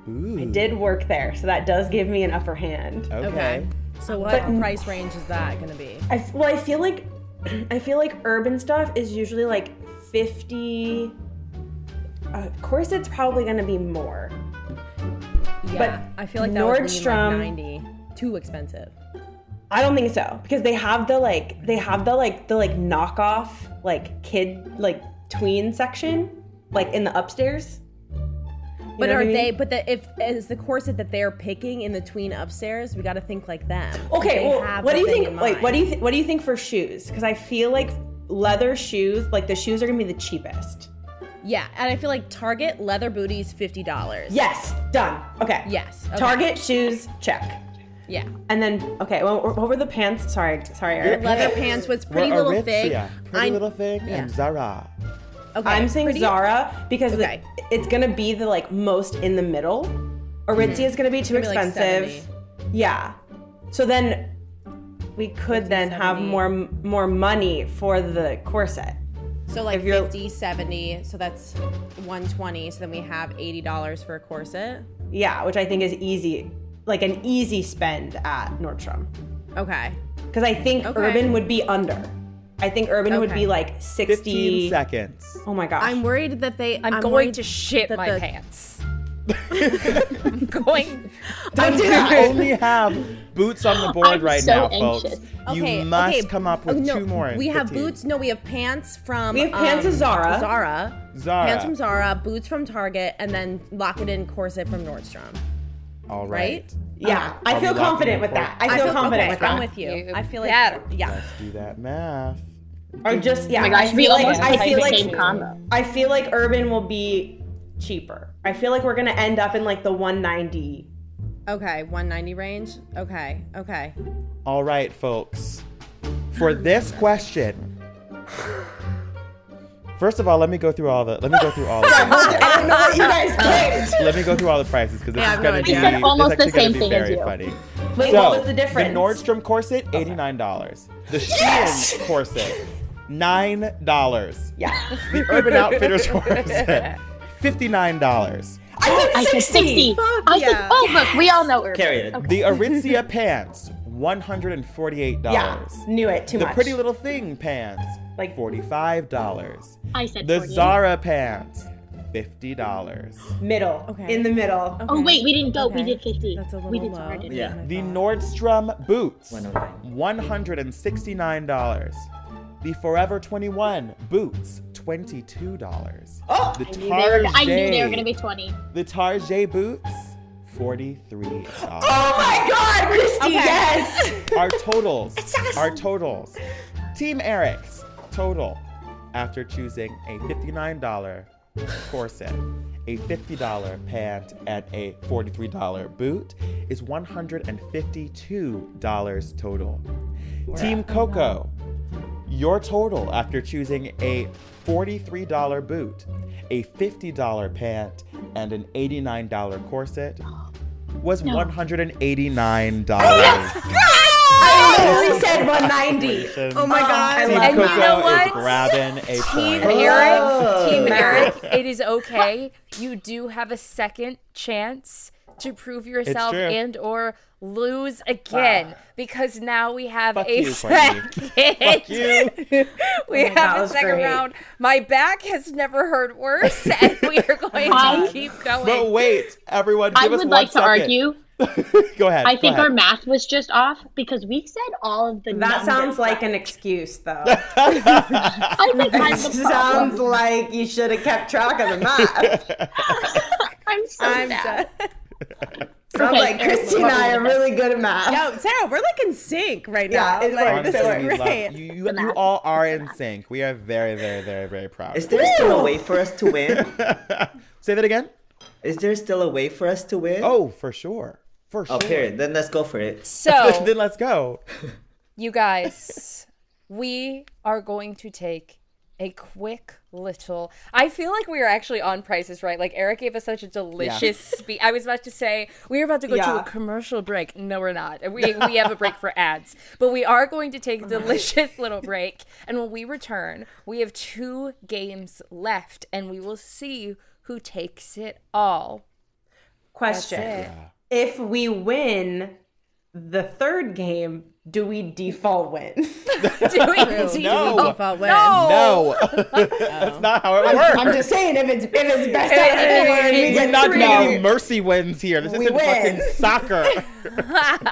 [SPEAKER 1] I did work there, so that does give me an upper hand.
[SPEAKER 19] Okay. So what
[SPEAKER 1] But-
[SPEAKER 19] price range is that going to be?
[SPEAKER 1] I f- well, I feel like I feel like urban stuff is usually like fifty. Uh, corset's probably gonna be more.
[SPEAKER 19] Yeah,
[SPEAKER 1] But
[SPEAKER 19] I feel like that would be like
[SPEAKER 1] Nordstrom-
[SPEAKER 19] ninety. Too expensive.
[SPEAKER 1] I don't think so because they have the like they have the like the like knockoff like kid like tween section like in the upstairs. You
[SPEAKER 19] but
[SPEAKER 1] know
[SPEAKER 19] are
[SPEAKER 1] what I mean?
[SPEAKER 19] they? But the, if is the corset that they're picking in the tween upstairs, we got to think like them.
[SPEAKER 1] Okay,
[SPEAKER 19] They
[SPEAKER 1] well,
[SPEAKER 19] have
[SPEAKER 1] what
[SPEAKER 19] the
[SPEAKER 1] do you
[SPEAKER 19] thing
[SPEAKER 1] think?
[SPEAKER 19] in
[SPEAKER 1] Wait, what do you
[SPEAKER 19] mind.
[SPEAKER 1] th- what do you think for shoes? Because I feel like leather shoes, like the shoes are gonna be the cheapest.
[SPEAKER 19] Yeah, and I feel like Target leather booties fifty dollars.
[SPEAKER 1] Yes, done. Okay.
[SPEAKER 19] Yes. okay.
[SPEAKER 1] Target shoes, check.
[SPEAKER 19] Yeah.
[SPEAKER 1] And then, okay, well, what were the pants? Sorry, sorry,
[SPEAKER 6] Your
[SPEAKER 1] Eric.
[SPEAKER 19] leather pants was pretty
[SPEAKER 6] We're
[SPEAKER 19] little
[SPEAKER 6] Aritzia,
[SPEAKER 19] thing.
[SPEAKER 6] Pretty
[SPEAKER 19] I'm-
[SPEAKER 6] Little Thing, and Zara.
[SPEAKER 19] Okay,
[SPEAKER 1] I'm saying
[SPEAKER 19] pretty-
[SPEAKER 1] Zara because the- it's gonna be the like most in the middle. Aritzia is gonna be
[SPEAKER 19] It's
[SPEAKER 1] too
[SPEAKER 19] gonna be, Mm-hmm. like,
[SPEAKER 1] expensive. yeah. So then we could then have more more money for the corset.
[SPEAKER 19] So like 50, 70, so that's 120. So then we have $80 for a corset.
[SPEAKER 1] Yeah, which I think is easy, like an easy spend at Nordstrom.
[SPEAKER 19] Okay.
[SPEAKER 1] Because I think
[SPEAKER 19] Okay.
[SPEAKER 1] Urban would be under. I think Urban would
[SPEAKER 19] Okay.
[SPEAKER 1] be like 60
[SPEAKER 6] 15 seconds.
[SPEAKER 1] Oh my gosh.
[SPEAKER 19] I'm worried that they
[SPEAKER 3] I'm, going to shit my pants. I'm going.
[SPEAKER 6] Does
[SPEAKER 3] do
[SPEAKER 6] you
[SPEAKER 3] that.
[SPEAKER 6] only have boots on the board
[SPEAKER 3] I'm
[SPEAKER 6] right
[SPEAKER 3] so
[SPEAKER 6] now,
[SPEAKER 3] anxious.
[SPEAKER 6] folks?
[SPEAKER 19] Okay,
[SPEAKER 6] you must
[SPEAKER 19] okay.
[SPEAKER 6] come up with
[SPEAKER 19] Oh, no,
[SPEAKER 6] two more.
[SPEAKER 19] We have
[SPEAKER 6] 15.
[SPEAKER 19] boots. No, we have pants from.
[SPEAKER 1] We have pants
[SPEAKER 19] um,
[SPEAKER 1] at Zara.
[SPEAKER 19] Zara.
[SPEAKER 6] Zara.
[SPEAKER 19] Pants from Zara, boots from Target, and then lock it in corset from Nordstrom.
[SPEAKER 6] All
[SPEAKER 19] Right?
[SPEAKER 1] Yeah,
[SPEAKER 6] Are
[SPEAKER 1] I
[SPEAKER 6] we
[SPEAKER 1] feel
[SPEAKER 6] locking
[SPEAKER 1] confident
[SPEAKER 6] in
[SPEAKER 1] with that.
[SPEAKER 6] for-
[SPEAKER 1] I feel confident
[SPEAKER 19] okay,
[SPEAKER 1] with that.
[SPEAKER 19] I'm with you. I feel like. Yeah.
[SPEAKER 6] Let's do that math.
[SPEAKER 1] Or just yeah.
[SPEAKER 15] Oh my gosh,
[SPEAKER 1] I feel
[SPEAKER 15] we
[SPEAKER 1] like,
[SPEAKER 15] almost
[SPEAKER 1] I
[SPEAKER 15] picked
[SPEAKER 1] feel
[SPEAKER 15] the
[SPEAKER 1] like
[SPEAKER 15] same combo.
[SPEAKER 1] I feel like Urban will be cheaper. I feel like we're gonna end up in like the 190.
[SPEAKER 19] Okay, 190 range. Okay, okay.
[SPEAKER 6] All right, folks. For this question, First of all, let me go through all the. Let me go through all. the
[SPEAKER 1] I don't know what you guys picked.
[SPEAKER 6] Let me go through all the prices because this
[SPEAKER 1] Yeah, I
[SPEAKER 6] is
[SPEAKER 1] have no
[SPEAKER 6] gonna
[SPEAKER 1] idea.
[SPEAKER 6] be
[SPEAKER 1] I said
[SPEAKER 6] this
[SPEAKER 1] almost
[SPEAKER 6] actually
[SPEAKER 1] the
[SPEAKER 6] gonna
[SPEAKER 1] same
[SPEAKER 6] be
[SPEAKER 1] thing as
[SPEAKER 6] very
[SPEAKER 1] you.
[SPEAKER 6] funny.
[SPEAKER 1] Wait,
[SPEAKER 6] So,
[SPEAKER 1] what was the difference?
[SPEAKER 6] The Nordstrom corset, eighty nine dollars. The Shein
[SPEAKER 1] Yes!
[SPEAKER 6] corset, nine dollars.
[SPEAKER 1] Yeah.
[SPEAKER 6] The Urban Outfitters corset, fifty nine dollars.
[SPEAKER 15] I said 60. I said, oh, look, we all know Urban. Okay.
[SPEAKER 6] The Aritzia pants, one hundred and forty eight
[SPEAKER 1] Yeah,
[SPEAKER 6] dollars.
[SPEAKER 1] knew it too
[SPEAKER 6] the
[SPEAKER 1] much.
[SPEAKER 6] Pretty Little Thing pants, like forty five dollars.
[SPEAKER 15] I said
[SPEAKER 6] The
[SPEAKER 15] 48.
[SPEAKER 6] Zara pants, fifty dollars.
[SPEAKER 1] middle. Okay. In the middle.
[SPEAKER 15] Oh, wait, we didn't go. We did 50. That's a little we did Zara, didn't we?
[SPEAKER 6] The Nordstrom boots,
[SPEAKER 15] oh
[SPEAKER 6] one hundred and sixty-nine dollars. The Forever Twenty-One boots, twenty-two dollars. Oh, the
[SPEAKER 15] I knew, they were,
[SPEAKER 6] Target.
[SPEAKER 15] I knew they were going to be 20.
[SPEAKER 6] The Target boots, forty-three dollars.
[SPEAKER 15] my God,
[SPEAKER 1] Christy, yes!
[SPEAKER 6] Our totals. Our totals. Team Eric's total after choosing a $59 corset, a $50 pant, and a $43 boot is $152 total. Team Coco, your total after choosing a $43 boot, a $50 pant, and an $89 corset was $189.
[SPEAKER 1] I literally said 190.
[SPEAKER 6] Congratulations.
[SPEAKER 1] Oh my god. I
[SPEAKER 6] Team
[SPEAKER 1] love
[SPEAKER 6] Coco
[SPEAKER 1] that.
[SPEAKER 3] you know what?
[SPEAKER 6] is grabbing a
[SPEAKER 3] Team
[SPEAKER 6] point.
[SPEAKER 3] Eric, Team Eric, it is okay. You do have a second chance to prove yourself
[SPEAKER 6] true.
[SPEAKER 3] and or lose again because now we have
[SPEAKER 6] Fuck
[SPEAKER 3] a
[SPEAKER 6] you,
[SPEAKER 3] second.
[SPEAKER 6] Courtney. Fuck you.
[SPEAKER 3] we
[SPEAKER 1] Oh my God, that
[SPEAKER 3] have a
[SPEAKER 1] was
[SPEAKER 3] second
[SPEAKER 1] great.
[SPEAKER 3] round. My back has never hurt worse, and we are going to
[SPEAKER 15] I-
[SPEAKER 3] keep going.
[SPEAKER 6] But wait, everyone, give
[SPEAKER 15] I
[SPEAKER 6] us
[SPEAKER 15] would
[SPEAKER 6] one
[SPEAKER 15] like to
[SPEAKER 6] second.
[SPEAKER 15] argue.
[SPEAKER 6] Go ahead.
[SPEAKER 15] I
[SPEAKER 6] go
[SPEAKER 15] think
[SPEAKER 6] ahead.
[SPEAKER 15] our math was just off because we said all of the.
[SPEAKER 1] That
[SPEAKER 15] numbers
[SPEAKER 1] sounds
[SPEAKER 15] right.
[SPEAKER 1] like an excuse, though.
[SPEAKER 15] I think
[SPEAKER 1] It
[SPEAKER 15] mine's the problem.
[SPEAKER 1] sounds like you should have kept track of the math.
[SPEAKER 15] I'm so sad.
[SPEAKER 1] Sounds
[SPEAKER 19] Okay,
[SPEAKER 1] like
[SPEAKER 19] Sarah,
[SPEAKER 1] Christy and
[SPEAKER 19] what was
[SPEAKER 1] I are really good at math.
[SPEAKER 19] Yo, Sarah, we're like in sync right
[SPEAKER 1] Yeah,
[SPEAKER 19] now.
[SPEAKER 1] it
[SPEAKER 19] like,
[SPEAKER 1] works,
[SPEAKER 19] this
[SPEAKER 6] Honestly,
[SPEAKER 19] is
[SPEAKER 6] we love-
[SPEAKER 19] great.
[SPEAKER 6] you, you, you all are in sync. We are very, very, very, very proud.
[SPEAKER 5] Is
[SPEAKER 6] of
[SPEAKER 5] there
[SPEAKER 6] you.
[SPEAKER 5] still a way for us to win?
[SPEAKER 6] Say that again.
[SPEAKER 5] Is there still a way for us to win?
[SPEAKER 6] Oh, for sure. For
[SPEAKER 5] Oh,
[SPEAKER 6] sure.
[SPEAKER 5] period. Then let's go for it.
[SPEAKER 3] So-
[SPEAKER 6] then let's go.
[SPEAKER 3] You guys, we are going to take a quick little. I feel like we are actually on prices, right? Like Eric gave us such a delicious speech. I was about to say we are about to go to
[SPEAKER 20] Yeah.
[SPEAKER 3] a commercial break. No, we're not. We we have a break for ads, but we are going to take a delicious little break. And when we return, we have two games left, and we will see who takes it all.
[SPEAKER 1] Question.
[SPEAKER 3] That's it.
[SPEAKER 1] If we win the third game, do we default win?
[SPEAKER 6] No.
[SPEAKER 19] Default win.
[SPEAKER 3] Oh.
[SPEAKER 6] No. That's not how it
[SPEAKER 1] I'm,
[SPEAKER 6] works.
[SPEAKER 1] I'm just saying, if it's, if it's best
[SPEAKER 3] It
[SPEAKER 1] out of
[SPEAKER 3] is.
[SPEAKER 1] four, we
[SPEAKER 6] We're
[SPEAKER 1] get
[SPEAKER 6] not
[SPEAKER 1] three.
[SPEAKER 6] getting any mercy wins here. This
[SPEAKER 1] We
[SPEAKER 6] isn't fucking
[SPEAKER 1] win.
[SPEAKER 6] soccer.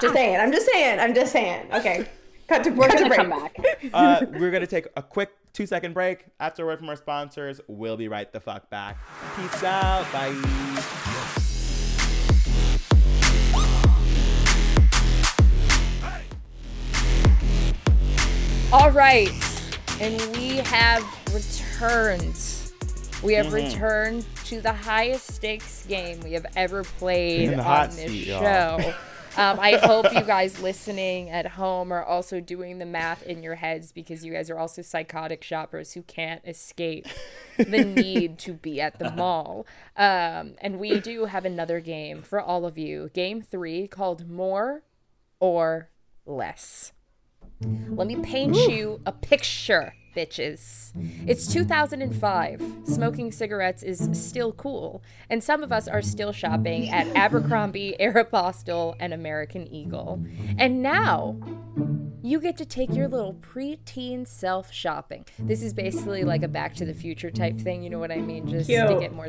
[SPEAKER 1] just saying. I'm just saying. I'm just saying. Okay. Cut to, we're
[SPEAKER 15] We're
[SPEAKER 1] going to
[SPEAKER 15] gonna
[SPEAKER 1] break.
[SPEAKER 15] come back.
[SPEAKER 6] uh, we're going to take a quick two second break. After a word from our sponsors, we'll be right the fuck back. Peace out. Bye.
[SPEAKER 3] All right, and we have returned. We have
[SPEAKER 6] Mhm.
[SPEAKER 3] returned to the highest stakes game we have ever played
[SPEAKER 6] In the
[SPEAKER 3] on
[SPEAKER 6] hot
[SPEAKER 3] this
[SPEAKER 6] seat, y'all.
[SPEAKER 3] show. um, I hope you guys listening at home are also doing the math in your heads because you guys are also psychotic shoppers who can't escape the need to be at the mall. Um, and we do have another game for all of you, game three called More or Less. Let me paint you a picture, bitches. It's 2005. Smoking cigarettes is still cool, and some of us are still shopping at Abercrombie, Aeropostale, and American Eagle. And now, you get to take your little preteen self shopping. This is basically like a Back to the Future type thing. You know what I mean? Just to
[SPEAKER 1] Cute.
[SPEAKER 3] get more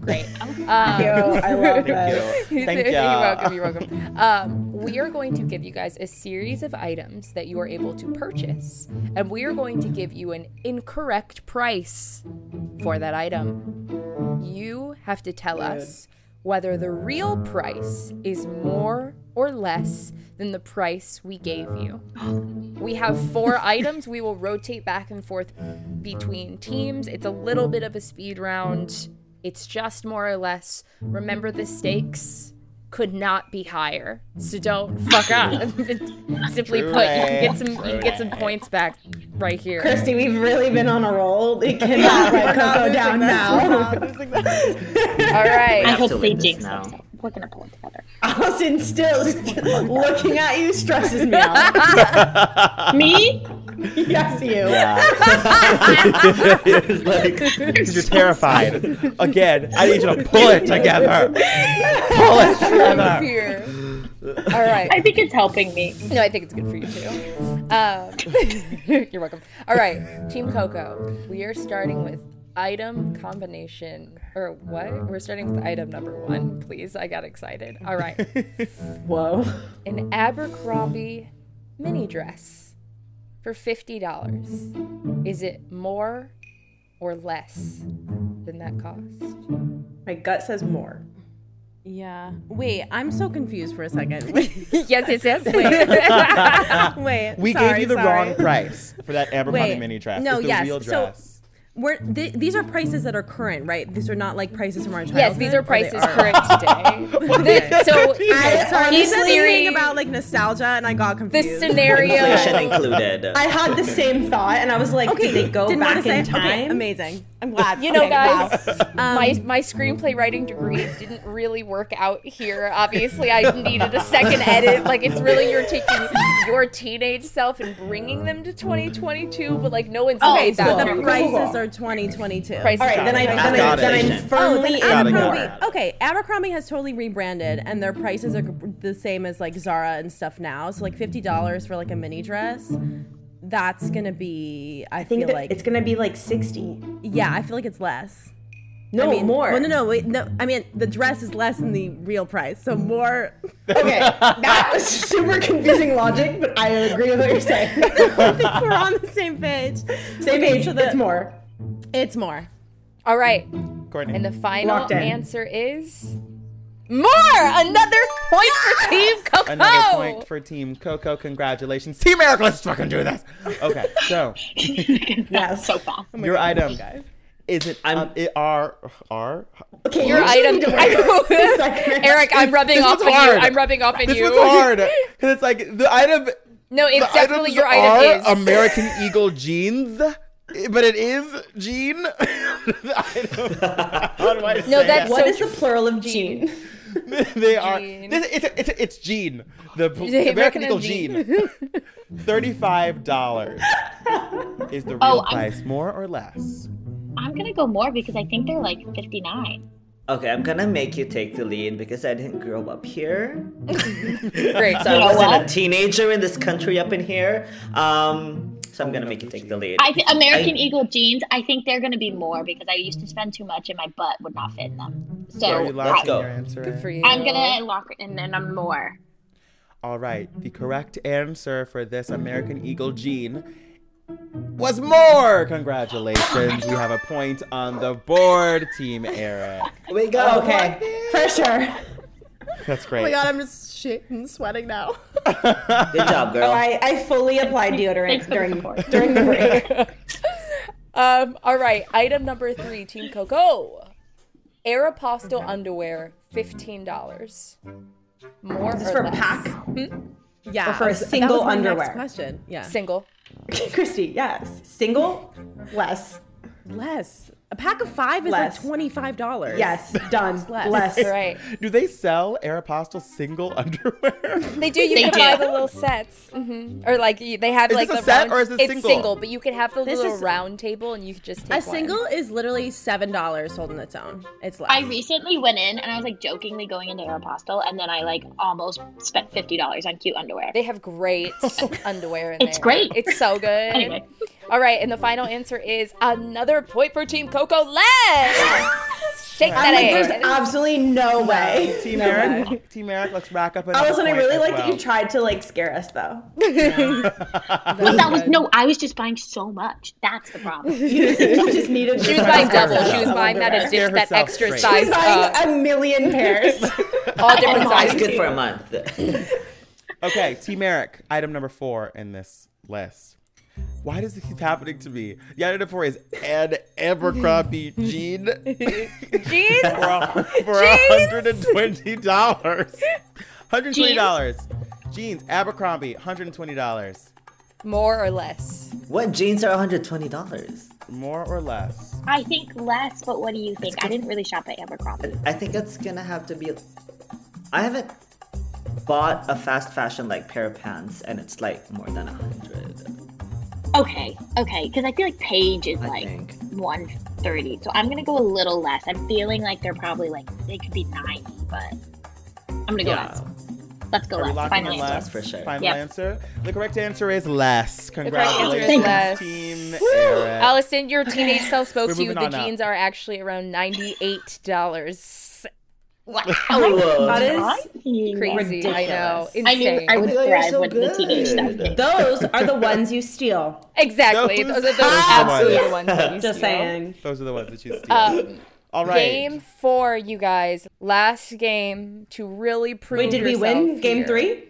[SPEAKER 3] Great. Um,
[SPEAKER 1] I love
[SPEAKER 6] this. Thank you. Thank
[SPEAKER 3] you're
[SPEAKER 6] ya.
[SPEAKER 3] welcome. You're welcome. Um, we are going to give you guys a series of items that you are able to purchase, and we are going to give you an incorrect price for that item. You have to tell us whether the real price is more or less than the price we gave you. We have four items. We will rotate back and forth between teams. It's a little bit of a speed round. It's just more or less. Remember the stakes could not be higher. So don't fuck up. Simply
[SPEAKER 6] True
[SPEAKER 3] put, you
[SPEAKER 6] that.
[SPEAKER 3] can get some you
[SPEAKER 6] True
[SPEAKER 3] can get some
[SPEAKER 6] that.
[SPEAKER 3] points back right here.
[SPEAKER 1] Christy, we've really been on a roll. We cannot let Coco down now.
[SPEAKER 3] All right.
[SPEAKER 1] I hope they
[SPEAKER 15] jinx us. We're gonna pull it together.
[SPEAKER 1] Allison still looking at you stresses me out.
[SPEAKER 15] me?
[SPEAKER 1] Yes, you.
[SPEAKER 6] It's like, you're terrified. Again, I need you to pull it together. Pull it together.
[SPEAKER 3] Fear. All right.
[SPEAKER 15] I think it's helping me.
[SPEAKER 3] No, I think it's good for you too. Um, you're welcome. All right, Team Coco. We are starting with item combination or what? We're starting with item number one, please. I got excited. All right.
[SPEAKER 1] Whoa.
[SPEAKER 3] An Abercrombie mini dress for fifty dollars. Is it more or less than that cost?
[SPEAKER 1] My gut says more.
[SPEAKER 19] Yeah. Wait, I'm so confused
[SPEAKER 1] Mm.
[SPEAKER 19] for a second.
[SPEAKER 3] yes, yes, yes.
[SPEAKER 1] Ah,
[SPEAKER 19] Wait. Wait.
[SPEAKER 6] we
[SPEAKER 19] sorry,
[SPEAKER 6] gave you the
[SPEAKER 19] sorry.
[SPEAKER 6] wrong price for that Abercrombie
[SPEAKER 19] Wait,
[SPEAKER 6] mini dress.
[SPEAKER 19] No,
[SPEAKER 6] it's the
[SPEAKER 19] yes.
[SPEAKER 6] real
[SPEAKER 19] So
[SPEAKER 6] dress.
[SPEAKER 19] we're th- these are prices that are current, right? These are not like prices from our childhood.
[SPEAKER 3] Yes, these are
[SPEAKER 19] or they
[SPEAKER 3] prices current today. The- so
[SPEAKER 19] I, sorry,
[SPEAKER 3] in
[SPEAKER 19] you said
[SPEAKER 3] theory,
[SPEAKER 19] something about like nostalgia, and I got
[SPEAKER 3] the
[SPEAKER 19] confused.
[SPEAKER 3] scenario
[SPEAKER 5] Inflation included.
[SPEAKER 1] I had the same thought, and I was like, okay, they go
[SPEAKER 19] didn't
[SPEAKER 1] back
[SPEAKER 19] wanna say-
[SPEAKER 1] in time?
[SPEAKER 19] okay, amazing. I'm glad.
[SPEAKER 3] You know,
[SPEAKER 19] Okay, wow. Um,
[SPEAKER 3] guys, um, my, my screenplay writing degree didn't really work out here. Obviously, I needed a second edit. Like, it's really you're taking your teenage self and bringing them to 2022, but like, no one's
[SPEAKER 1] Oh,
[SPEAKER 19] Okay,
[SPEAKER 3] made that.
[SPEAKER 19] so the
[SPEAKER 3] through.
[SPEAKER 19] prices are 2022.
[SPEAKER 3] Prices All right, are
[SPEAKER 1] then I- then I- Got it. then I'm firmly
[SPEAKER 19] oh, then
[SPEAKER 1] in Got it,
[SPEAKER 19] Abercrombie. Okay, Abercrombie has totally rebranded, and their prices are the same as like Zara and stuff now. So like fifty dollars for like a mini dress. That's gonna be. I,
[SPEAKER 1] I think
[SPEAKER 19] feel
[SPEAKER 1] that
[SPEAKER 19] like
[SPEAKER 1] it's gonna be like sixty.
[SPEAKER 19] Yeah, I feel like it's less.
[SPEAKER 1] No,
[SPEAKER 19] I mean-
[SPEAKER 1] more.
[SPEAKER 19] Well, no, no, wait, no. I mean, the dress is less than the real price, so more.
[SPEAKER 1] Okay, that was super confusing logic, but I agree with what you're saying.
[SPEAKER 19] We're on the same page.
[SPEAKER 1] Same
[SPEAKER 19] Okay,
[SPEAKER 1] page,
[SPEAKER 19] so the-
[SPEAKER 1] it's more.
[SPEAKER 19] It's more.
[SPEAKER 3] All right.
[SPEAKER 6] Courtney.
[SPEAKER 3] And the final
[SPEAKER 1] Locked in.
[SPEAKER 3] answer is more. Another point for Team Coco.
[SPEAKER 6] Another
[SPEAKER 19] Oh!
[SPEAKER 6] point for Team Coco. Congratulations. Team Miracle, let's fucking do this. Okay, so
[SPEAKER 19] Oh
[SPEAKER 1] Yes. Oh
[SPEAKER 15] So fast.
[SPEAKER 6] your item is it, um, it are, are,
[SPEAKER 1] Okay,
[SPEAKER 3] Your
[SPEAKER 1] you two
[SPEAKER 3] item.
[SPEAKER 1] need to work
[SPEAKER 3] I know.
[SPEAKER 1] this segment.
[SPEAKER 3] Eric, I'm rubbing
[SPEAKER 6] This
[SPEAKER 3] off
[SPEAKER 6] one's
[SPEAKER 3] on you.
[SPEAKER 6] hard.
[SPEAKER 3] I'm rubbing off on
[SPEAKER 6] this
[SPEAKER 3] you.
[SPEAKER 6] was hard. Because it's like the item,
[SPEAKER 3] No, it's
[SPEAKER 6] the
[SPEAKER 3] definitely
[SPEAKER 6] items
[SPEAKER 3] your
[SPEAKER 6] are
[SPEAKER 3] item is.
[SPEAKER 6] American Eagle jeans, but it is jean. The item- How do I
[SPEAKER 3] No,
[SPEAKER 6] say
[SPEAKER 3] that's
[SPEAKER 6] it?
[SPEAKER 1] What
[SPEAKER 3] so
[SPEAKER 1] is the plural of Jean?
[SPEAKER 6] they are.
[SPEAKER 3] Jean.
[SPEAKER 6] This, it's, it's, it's Jean. The, the
[SPEAKER 3] They
[SPEAKER 6] American
[SPEAKER 3] recommend
[SPEAKER 6] Eagle
[SPEAKER 3] Jean.
[SPEAKER 6] Jean. Thirty-five dollars is the real
[SPEAKER 15] Oh, I'm-
[SPEAKER 6] price, more or less.
[SPEAKER 15] I'm gonna go more because I think they're like 59.
[SPEAKER 5] Okay, I'm gonna make you take the lead because I didn't grow up here.
[SPEAKER 3] Great.
[SPEAKER 1] Uh,
[SPEAKER 5] So I
[SPEAKER 15] know
[SPEAKER 5] wasn't a
[SPEAKER 15] what?
[SPEAKER 5] teenager in this country up in here. Um, so I'm gonna make you take the lead.
[SPEAKER 15] I th- American
[SPEAKER 5] I-
[SPEAKER 15] Eagle jeans. I think they're gonna be more because I used to spend too much and my butt would not fit in them.
[SPEAKER 6] Are
[SPEAKER 15] So
[SPEAKER 6] you
[SPEAKER 15] I,
[SPEAKER 6] locking
[SPEAKER 5] go.
[SPEAKER 6] your answer? in?
[SPEAKER 3] for you.
[SPEAKER 15] I'm gonna lock it in and I'm more.
[SPEAKER 6] All right. The correct answer for this American Eagle Jean was more. Congratulations. We have a point on the board, Team Eric.
[SPEAKER 5] we
[SPEAKER 15] Oh,
[SPEAKER 5] go.
[SPEAKER 1] Okay, pressure.
[SPEAKER 6] That's
[SPEAKER 19] Oh my
[SPEAKER 6] great.
[SPEAKER 19] god, I'm just shitting, sweating now.
[SPEAKER 5] Good job, girl.
[SPEAKER 1] Oh, I, I fully applied
[SPEAKER 15] Thanks
[SPEAKER 1] deodorant
[SPEAKER 15] for the
[SPEAKER 1] during
[SPEAKER 15] support.
[SPEAKER 1] during the break.
[SPEAKER 3] Um, all right, item number three, Team Coco. Aeropostale underwear, fifteen dollars. More
[SPEAKER 1] This
[SPEAKER 3] or
[SPEAKER 1] is for a
[SPEAKER 3] less?
[SPEAKER 1] pack
[SPEAKER 19] Yeah.
[SPEAKER 1] or for a
[SPEAKER 19] that was
[SPEAKER 1] single
[SPEAKER 19] my next
[SPEAKER 1] underwear?
[SPEAKER 19] question. Yeah.
[SPEAKER 3] Single.
[SPEAKER 1] Christy, yes. Single, less.
[SPEAKER 19] Less. A pack of five is
[SPEAKER 1] Less.
[SPEAKER 19] like twenty five dollars.
[SPEAKER 1] Yes, done.
[SPEAKER 19] less.
[SPEAKER 1] Less.
[SPEAKER 3] All right.
[SPEAKER 6] Do they sell Aeropostale single underwear?
[SPEAKER 3] They do. You
[SPEAKER 15] They
[SPEAKER 3] can
[SPEAKER 15] do.
[SPEAKER 3] buy the little sets, hmm or like you- they have
[SPEAKER 6] Is
[SPEAKER 3] like
[SPEAKER 6] this a
[SPEAKER 3] the
[SPEAKER 6] set
[SPEAKER 3] round.
[SPEAKER 6] or is this
[SPEAKER 3] it's
[SPEAKER 6] single?
[SPEAKER 3] but you can have the
[SPEAKER 19] This
[SPEAKER 3] little
[SPEAKER 19] is-
[SPEAKER 3] round table, and you could just take
[SPEAKER 19] A
[SPEAKER 3] one.
[SPEAKER 19] single is literally seven dollars holding its own. It's less.
[SPEAKER 15] I recently went in and I was like jokingly going into Aeropostale and then I like almost spent fifty dollars on cute underwear.
[SPEAKER 3] They have great underwear in there.
[SPEAKER 15] It's great.
[SPEAKER 3] It's so good.
[SPEAKER 15] Anyway.
[SPEAKER 3] All right, and the final answer is another point for Team Coco. Let's shake that
[SPEAKER 1] I'm like, there's
[SPEAKER 3] ass.
[SPEAKER 1] absolutely no way.
[SPEAKER 6] Team
[SPEAKER 1] no
[SPEAKER 6] Eric,
[SPEAKER 1] way.
[SPEAKER 6] Team Eric, let's rack up another
[SPEAKER 1] Allison, I
[SPEAKER 6] point
[SPEAKER 1] really
[SPEAKER 6] as
[SPEAKER 1] like
[SPEAKER 6] well.
[SPEAKER 1] that you tried to like scare us though.
[SPEAKER 15] Well, that was no. I was just buying so much. That's the problem.
[SPEAKER 1] you just needed.
[SPEAKER 3] She was buying double. She was buying that
[SPEAKER 6] Scare
[SPEAKER 3] addition, that
[SPEAKER 6] herself
[SPEAKER 3] extra
[SPEAKER 6] straight.
[SPEAKER 3] size, uh,
[SPEAKER 1] buying a million pairs.
[SPEAKER 3] all different
[SPEAKER 5] It's
[SPEAKER 3] sizes.
[SPEAKER 5] good for a month.
[SPEAKER 6] Okay, Team Eric, item number four in this list. Why does this keep happening to me? The item number four is an Abercrombie jean
[SPEAKER 3] Jeez.
[SPEAKER 6] for a- for a hundred and twenty dollars. Hundred twenty dollars. Jeans Abercrombie, hundred and twenty dollars.
[SPEAKER 3] More or less?
[SPEAKER 5] What jeans are $120?
[SPEAKER 6] More or less?
[SPEAKER 15] I think less, but what do you think? I didn't really shop at Abercrombie.
[SPEAKER 5] I think it's gonna have to be. I haven't bought a fast fashion like pair of pants, and it's like more than a hundred.
[SPEAKER 15] Okay, okay, because I feel like Paige is like 130, so I'm gonna go a little less. I'm feeling like they're probably like they could be 90, but I'm gonna go
[SPEAKER 6] Yeah.
[SPEAKER 15] less. Let's go
[SPEAKER 6] Are we
[SPEAKER 15] less.
[SPEAKER 6] locking
[SPEAKER 15] Final
[SPEAKER 6] in
[SPEAKER 15] answer.
[SPEAKER 6] less? For sure. Final
[SPEAKER 15] Yeah.
[SPEAKER 6] answer. The correct answer is less.
[SPEAKER 3] The correct answer is
[SPEAKER 6] Congratulations,
[SPEAKER 3] less.
[SPEAKER 6] team
[SPEAKER 3] Woo!
[SPEAKER 6] Eric.
[SPEAKER 3] Allison, your teenage self spoke
[SPEAKER 6] We're
[SPEAKER 3] to you.
[SPEAKER 6] moving
[SPEAKER 3] The
[SPEAKER 6] on now.
[SPEAKER 3] jeans are actually around ninety-eight dollars. Wow,
[SPEAKER 5] Whoa.
[SPEAKER 3] that
[SPEAKER 21] Crazy.
[SPEAKER 3] is crazy. I know. Insane.
[SPEAKER 1] Those are the ones you steal.
[SPEAKER 3] Exactly. Those, are the absolute ones. That you
[SPEAKER 1] Just
[SPEAKER 3] steal.
[SPEAKER 1] saying.
[SPEAKER 6] Those are the ones that you steal.
[SPEAKER 3] Um,
[SPEAKER 6] All right.
[SPEAKER 3] Game four, you guys. Last game to really prove.
[SPEAKER 1] Wait, did we
[SPEAKER 3] yourself
[SPEAKER 1] win game
[SPEAKER 3] here.
[SPEAKER 1] three?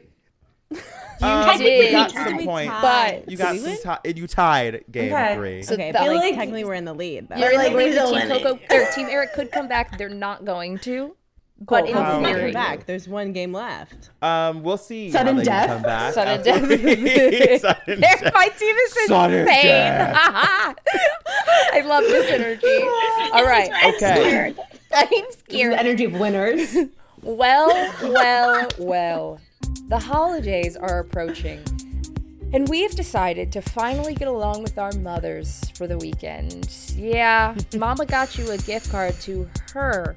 [SPEAKER 3] You
[SPEAKER 6] Um,
[SPEAKER 3] did.
[SPEAKER 6] You got some points.
[SPEAKER 3] But
[SPEAKER 6] you got some ti- You tied game
[SPEAKER 3] Okay.
[SPEAKER 6] three.
[SPEAKER 3] So
[SPEAKER 19] okay,
[SPEAKER 3] that-
[SPEAKER 19] but like,
[SPEAKER 3] like-
[SPEAKER 19] technically we're in the lead. Though.
[SPEAKER 3] You're like, the team Coco, or team Eric could come back. They're not going to. But
[SPEAKER 6] Oh,
[SPEAKER 3] in
[SPEAKER 19] How can they
[SPEAKER 3] theory,
[SPEAKER 19] come back. There's one game left.
[SPEAKER 6] Um, we'll see. how
[SPEAKER 19] Sudden
[SPEAKER 6] they can
[SPEAKER 19] death?
[SPEAKER 6] Come back
[SPEAKER 19] Sudden
[SPEAKER 6] after- Sudden death.
[SPEAKER 3] my team is
[SPEAKER 6] Sudden
[SPEAKER 3] insane.
[SPEAKER 6] death.
[SPEAKER 3] I love this energy. All right.
[SPEAKER 6] Okay.
[SPEAKER 3] I'm scared.
[SPEAKER 1] energy of winners.
[SPEAKER 3] Well, well, well. The holidays are approaching, and we have decided to finally get along with our mothers for the weekend. Yeah, Mama got you a gift card to her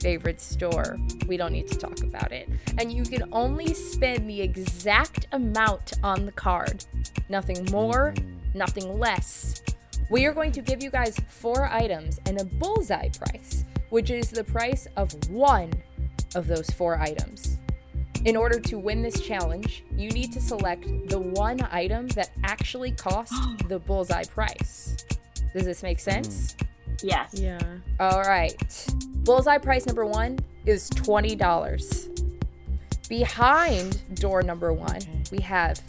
[SPEAKER 3] favorite store. We don't need to talk about it. And you can only spend the exact amount on the card. Nothing more, nothing less. We are going to give you guys four items and a bullseye price, which is the price of one of those four items. In order to win this challenge, you need to select the one item that actually cost the bullseye price. Does this make sense?
[SPEAKER 15] Yes.
[SPEAKER 3] Yeah. All right. Bullseye price number one is $20. Behind door number one, we have